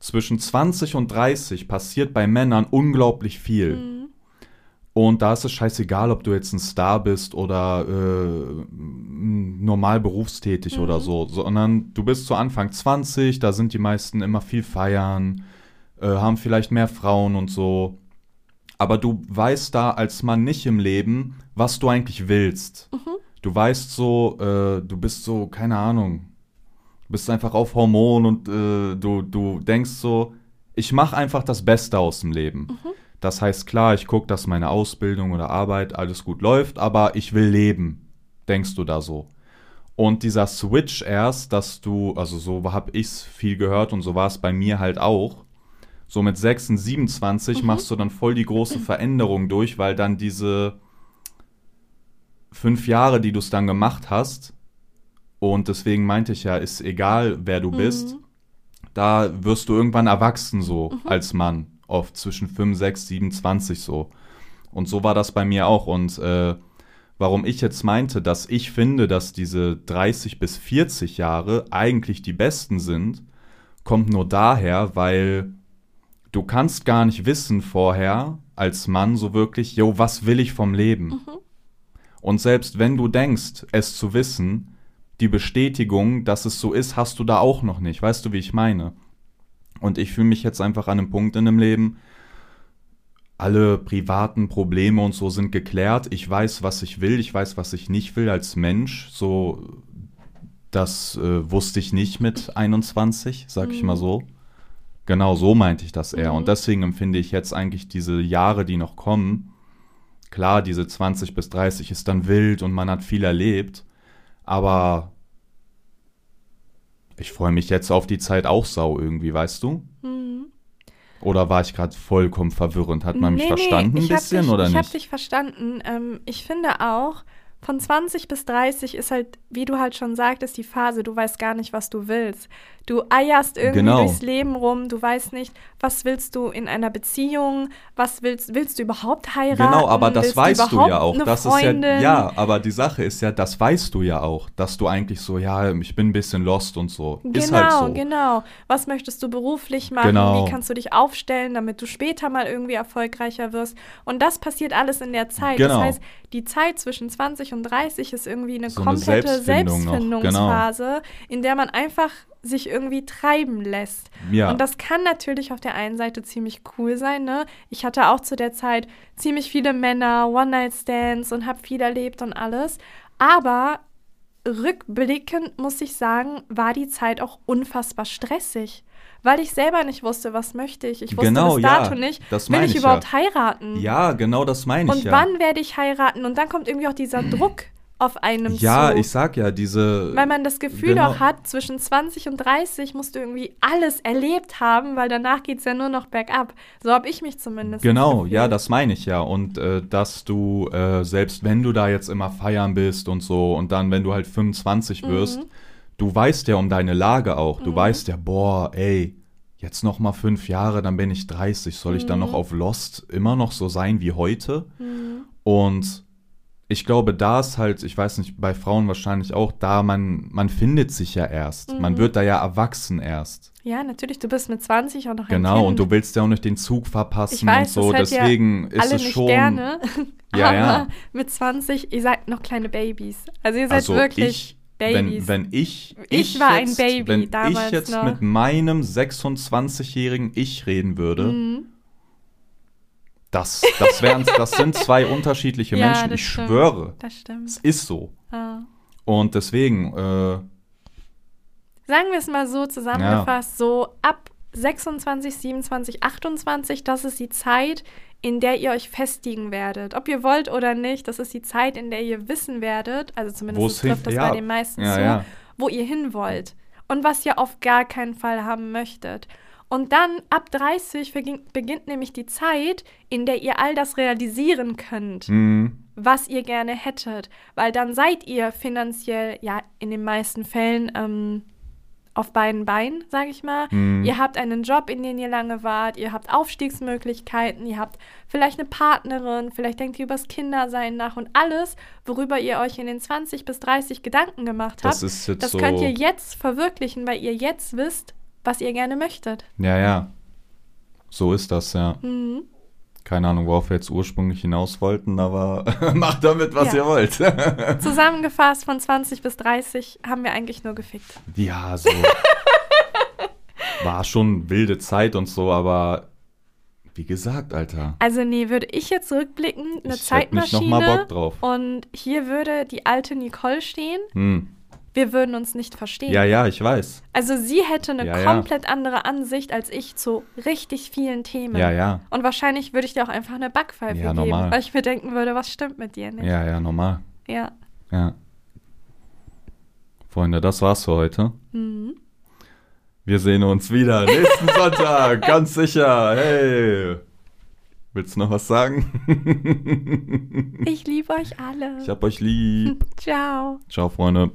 [SPEAKER 1] Zwischen 20 und 30 passiert bei Männern unglaublich viel. Und da ist es scheißegal, ob du jetzt ein Star bist oder äh, m, normal berufstätig oder so, sondern du bist zu Anfang 20, da sind die meisten immer viel feiern, äh, haben vielleicht mehr Frauen und so. Aber du weißt da als Mann nicht im Leben, was du eigentlich willst. Du weißt so, äh, du bist so, keine Ahnung, du bist einfach auf Hormon und äh, du, du denkst so, ich mache einfach das Beste aus dem Leben. Das heißt, klar, ich gucke, dass meine Ausbildung oder Arbeit alles gut läuft, aber ich will leben, denkst du da so. Und dieser Switch erst, dass du, also so habe ich es viel gehört und so war es bei mir halt auch, so mit 6 und 27 machst du dann voll die große Veränderung durch, weil dann diese fünf Jahre, die du es dann gemacht hast, und deswegen meinte ich ja, ist egal, wer du bist, da wirst du irgendwann erwachsen so als Mann, oft zwischen 5, 6, 27 so. Und so war das bei mir auch. Und äh, warum ich jetzt meinte, dass ich finde, dass diese 30 bis 40 Jahre eigentlich die besten sind, kommt nur daher, weil du kannst gar nicht wissen vorher als Mann so wirklich, jo, was will ich vom Leben? Und selbst wenn du denkst, es zu wissen, die Bestätigung, dass es so ist, hast du da auch noch nicht. Weißt du, wie ich meine? Und ich fühle mich jetzt einfach an einem Punkt in dem Leben, alle privaten Probleme und so sind geklärt. Ich weiß, was ich will, ich weiß, was ich nicht will als Mensch. So, das äh, wusste ich nicht mit 21, sag ich mal so. Genau so meinte ich das eher.
[SPEAKER 2] Mhm.
[SPEAKER 1] Und deswegen empfinde ich jetzt eigentlich diese Jahre, die noch kommen. Klar, diese 20 bis 30 ist dann wild und man hat viel erlebt. Aber ich freue mich jetzt auf die Zeit auch sau irgendwie, weißt du?
[SPEAKER 2] Hm.
[SPEAKER 1] Oder war ich gerade vollkommen verwirrend? Hat man mich
[SPEAKER 2] Nee, nee,
[SPEAKER 1] verstanden ein
[SPEAKER 2] ich hab
[SPEAKER 1] bisschen
[SPEAKER 2] dich,
[SPEAKER 1] oder
[SPEAKER 2] ich Ich
[SPEAKER 1] nicht?
[SPEAKER 2] habe dich verstanden. Ähm, ich finde auch, von 20 bis 30 ist halt, wie du halt schon sagtest, die Phase, du weißt gar nicht, was du willst. Du eierst irgendwie
[SPEAKER 1] Genau.
[SPEAKER 2] durchs Leben rum, du weißt nicht, was willst du in einer Beziehung, was willst, willst du überhaupt heiraten?
[SPEAKER 1] Genau, aber das
[SPEAKER 2] willst
[SPEAKER 1] weißt du
[SPEAKER 2] überhaupt
[SPEAKER 1] ja auch.
[SPEAKER 2] eine
[SPEAKER 1] Das ist ja,
[SPEAKER 2] Freundin?
[SPEAKER 1] ja, aber die Sache ist ja, das weißt du ja auch, dass du eigentlich so, ja, ich bin ein bisschen lost und so. ist
[SPEAKER 2] Genau,
[SPEAKER 1] halt so.
[SPEAKER 2] genau. Was möchtest du beruflich machen?
[SPEAKER 1] Genau.
[SPEAKER 2] Wie kannst du dich aufstellen, damit du später mal irgendwie erfolgreicher wirst? Und das passiert alles in der Zeit.
[SPEAKER 1] Genau.
[SPEAKER 2] Das heißt, die Zeit zwischen 20 und 36 ist irgendwie eine
[SPEAKER 1] So eine
[SPEAKER 2] komplette
[SPEAKER 1] Selbstfindung noch, genau.
[SPEAKER 2] Selbstfindungsphase, in der man einfach sich irgendwie treiben lässt.
[SPEAKER 1] Ja.
[SPEAKER 2] Und das kann natürlich auf der einen Seite ziemlich cool sein. Ne? Ich hatte auch zu der Zeit ziemlich viele Männer, One-Night-Stands und habe viel erlebt und alles. Aber rückblickend muss ich sagen, war die Zeit auch unfassbar stressig. Weil ich selber nicht wusste, was möchte ich. Ich wusste
[SPEAKER 1] Genau,
[SPEAKER 2] bis
[SPEAKER 1] ja,
[SPEAKER 2] dato nicht,
[SPEAKER 1] das
[SPEAKER 2] will
[SPEAKER 1] meine
[SPEAKER 2] ich,
[SPEAKER 1] ich
[SPEAKER 2] überhaupt
[SPEAKER 1] ja.
[SPEAKER 2] heiraten?
[SPEAKER 1] Ja, genau das meine ich
[SPEAKER 2] Hm. Und
[SPEAKER 1] ja.
[SPEAKER 2] wann werde ich heiraten? Und dann kommt irgendwie auch dieser Druck auf einem
[SPEAKER 1] ja,
[SPEAKER 2] zu.
[SPEAKER 1] ich sag ja, diese.
[SPEAKER 2] weil man das Gefühl
[SPEAKER 1] genau.
[SPEAKER 2] auch hat, zwischen 20 und 30 musst du irgendwie alles erlebt haben, weil danach geht es ja nur noch bergab. So habe ich mich zumindest.
[SPEAKER 1] Genau,
[SPEAKER 2] gefühlt.
[SPEAKER 1] ja, das meine ich ja. Und äh, dass du, äh, selbst wenn du da jetzt immer feiern bist und so, und dann, wenn du halt 25
[SPEAKER 2] Mhm.
[SPEAKER 1] wirst, du weißt ja um deine Lage auch. Du weißt ja, boah, ey, jetzt noch mal fünf Jahre, dann bin ich 30. Soll ich dann noch
[SPEAKER 2] Mhm.
[SPEAKER 1] auf Lost immer noch so sein wie heute? Und ich glaube, da ist halt, ich weiß nicht, bei Frauen wahrscheinlich auch, da man, man findet sich ja erst.
[SPEAKER 2] Mhm.
[SPEAKER 1] Man wird da ja erwachsen erst.
[SPEAKER 2] Ja, natürlich, du bist mit 20 auch noch ein
[SPEAKER 1] Genau,
[SPEAKER 2] Kind.
[SPEAKER 1] und du willst ja auch nicht den Zug
[SPEAKER 2] ich
[SPEAKER 1] verpassen
[SPEAKER 2] weiß,
[SPEAKER 1] und so.
[SPEAKER 2] das hört
[SPEAKER 1] Deswegen
[SPEAKER 2] ja
[SPEAKER 1] ist
[SPEAKER 2] alle
[SPEAKER 1] es
[SPEAKER 2] nicht
[SPEAKER 1] schon.
[SPEAKER 2] gerne.
[SPEAKER 1] Ja,
[SPEAKER 2] aber
[SPEAKER 1] ja.
[SPEAKER 2] mit 20, ihr seid noch kleine Babys. Also ihr seid
[SPEAKER 1] also
[SPEAKER 2] wirklich
[SPEAKER 1] ich,
[SPEAKER 2] Babys.
[SPEAKER 1] wenn, wenn ich.
[SPEAKER 2] Ich war ein Baby
[SPEAKER 1] Wenn
[SPEAKER 2] damals
[SPEAKER 1] ich jetzt
[SPEAKER 2] noch.
[SPEAKER 1] mit meinem 26-jährigen Ich reden würde,
[SPEAKER 2] Mhm.
[SPEAKER 1] das, das, wären, das sind zwei unterschiedliche
[SPEAKER 2] Ja,
[SPEAKER 1] Menschen.
[SPEAKER 2] das
[SPEAKER 1] Ich
[SPEAKER 2] stimmt.
[SPEAKER 1] schwöre.
[SPEAKER 2] das stimmt.
[SPEAKER 1] Es ist so.
[SPEAKER 2] Ah.
[SPEAKER 1] Und deswegen, äh,
[SPEAKER 2] Sagen wir es mal so zusammengefasst, so ab 26, 27, 28, das ist die Zeit, in der ihr euch festigen werdet. Ob ihr wollt oder nicht, das ist die Zeit, in der ihr wissen werdet, also
[SPEAKER 1] Wo
[SPEAKER 2] zumindest
[SPEAKER 1] es
[SPEAKER 2] trifft das
[SPEAKER 1] hin-
[SPEAKER 2] bei
[SPEAKER 1] ja.
[SPEAKER 2] den meisten
[SPEAKER 1] Ja,
[SPEAKER 2] zu,
[SPEAKER 1] ja.
[SPEAKER 2] wo ihr hin wollt und was ihr auf gar keinen Fall haben möchtet. Und dann ab 30 verging- beginnt nämlich die Zeit, in der ihr all das realisieren könnt
[SPEAKER 1] mh,
[SPEAKER 2] was ihr gerne hättet, weil dann seid ihr finanziell, ja, in den meisten Fällen ähm, auf beiden Beinen, sage ich mal.
[SPEAKER 1] Mhm.
[SPEAKER 2] Ihr habt einen Job, in den ihr lange wart, ihr habt Aufstiegsmöglichkeiten, ihr habt vielleicht eine Partnerin, vielleicht denkt ihr übers Kindersein nach und alles, worüber ihr euch in den 20 bis 30 Gedanken gemacht habt,
[SPEAKER 1] das ist jetzt
[SPEAKER 2] das
[SPEAKER 1] so.
[SPEAKER 2] könnt ihr jetzt verwirklichen, weil ihr jetzt wisst, was ihr gerne möchtet.
[SPEAKER 1] ja, ja. So ist das, ja.
[SPEAKER 2] Mhm.
[SPEAKER 1] Keine Ahnung, worauf wir jetzt ursprünglich hinaus wollten, aber macht damit, was
[SPEAKER 2] Ja.
[SPEAKER 1] ihr wollt.
[SPEAKER 2] Zusammengefasst von 20 bis 30 haben wir eigentlich nur gefickt.
[SPEAKER 1] Ja, so. War schon wilde Zeit und so, aber wie gesagt, Alter.
[SPEAKER 2] Also nee, würde ich jetzt rückblicken, eine
[SPEAKER 1] Ich hätt nicht
[SPEAKER 2] Zeitmaschine.
[SPEAKER 1] noch mal Bock drauf.
[SPEAKER 2] Und hier würde die alte Nicole stehen.
[SPEAKER 1] Hm.
[SPEAKER 2] Wir würden uns nicht verstehen.
[SPEAKER 1] Ja, ja, ich weiß.
[SPEAKER 2] Also sie hätte eine
[SPEAKER 1] Ja, ja.
[SPEAKER 2] komplett andere Ansicht als ich zu richtig vielen Themen.
[SPEAKER 1] Ja, ja.
[SPEAKER 2] Und wahrscheinlich würde ich dir auch einfach eine Backpfeife
[SPEAKER 1] Ja,
[SPEAKER 2] geben,
[SPEAKER 1] normal.
[SPEAKER 2] weil ich mir denken würde, was stimmt mit dir nicht.
[SPEAKER 1] Ja, ja, normal.
[SPEAKER 2] Ja.
[SPEAKER 1] Ja. Freunde, das war's für heute.
[SPEAKER 2] Mhm.
[SPEAKER 1] Wir sehen uns wieder nächsten Sonntag, ganz sicher. Hey. Willst du noch was sagen?
[SPEAKER 2] Ich liebe euch alle.
[SPEAKER 1] Ich hab euch lieb.
[SPEAKER 2] Ciao.
[SPEAKER 1] Ciao, Freunde.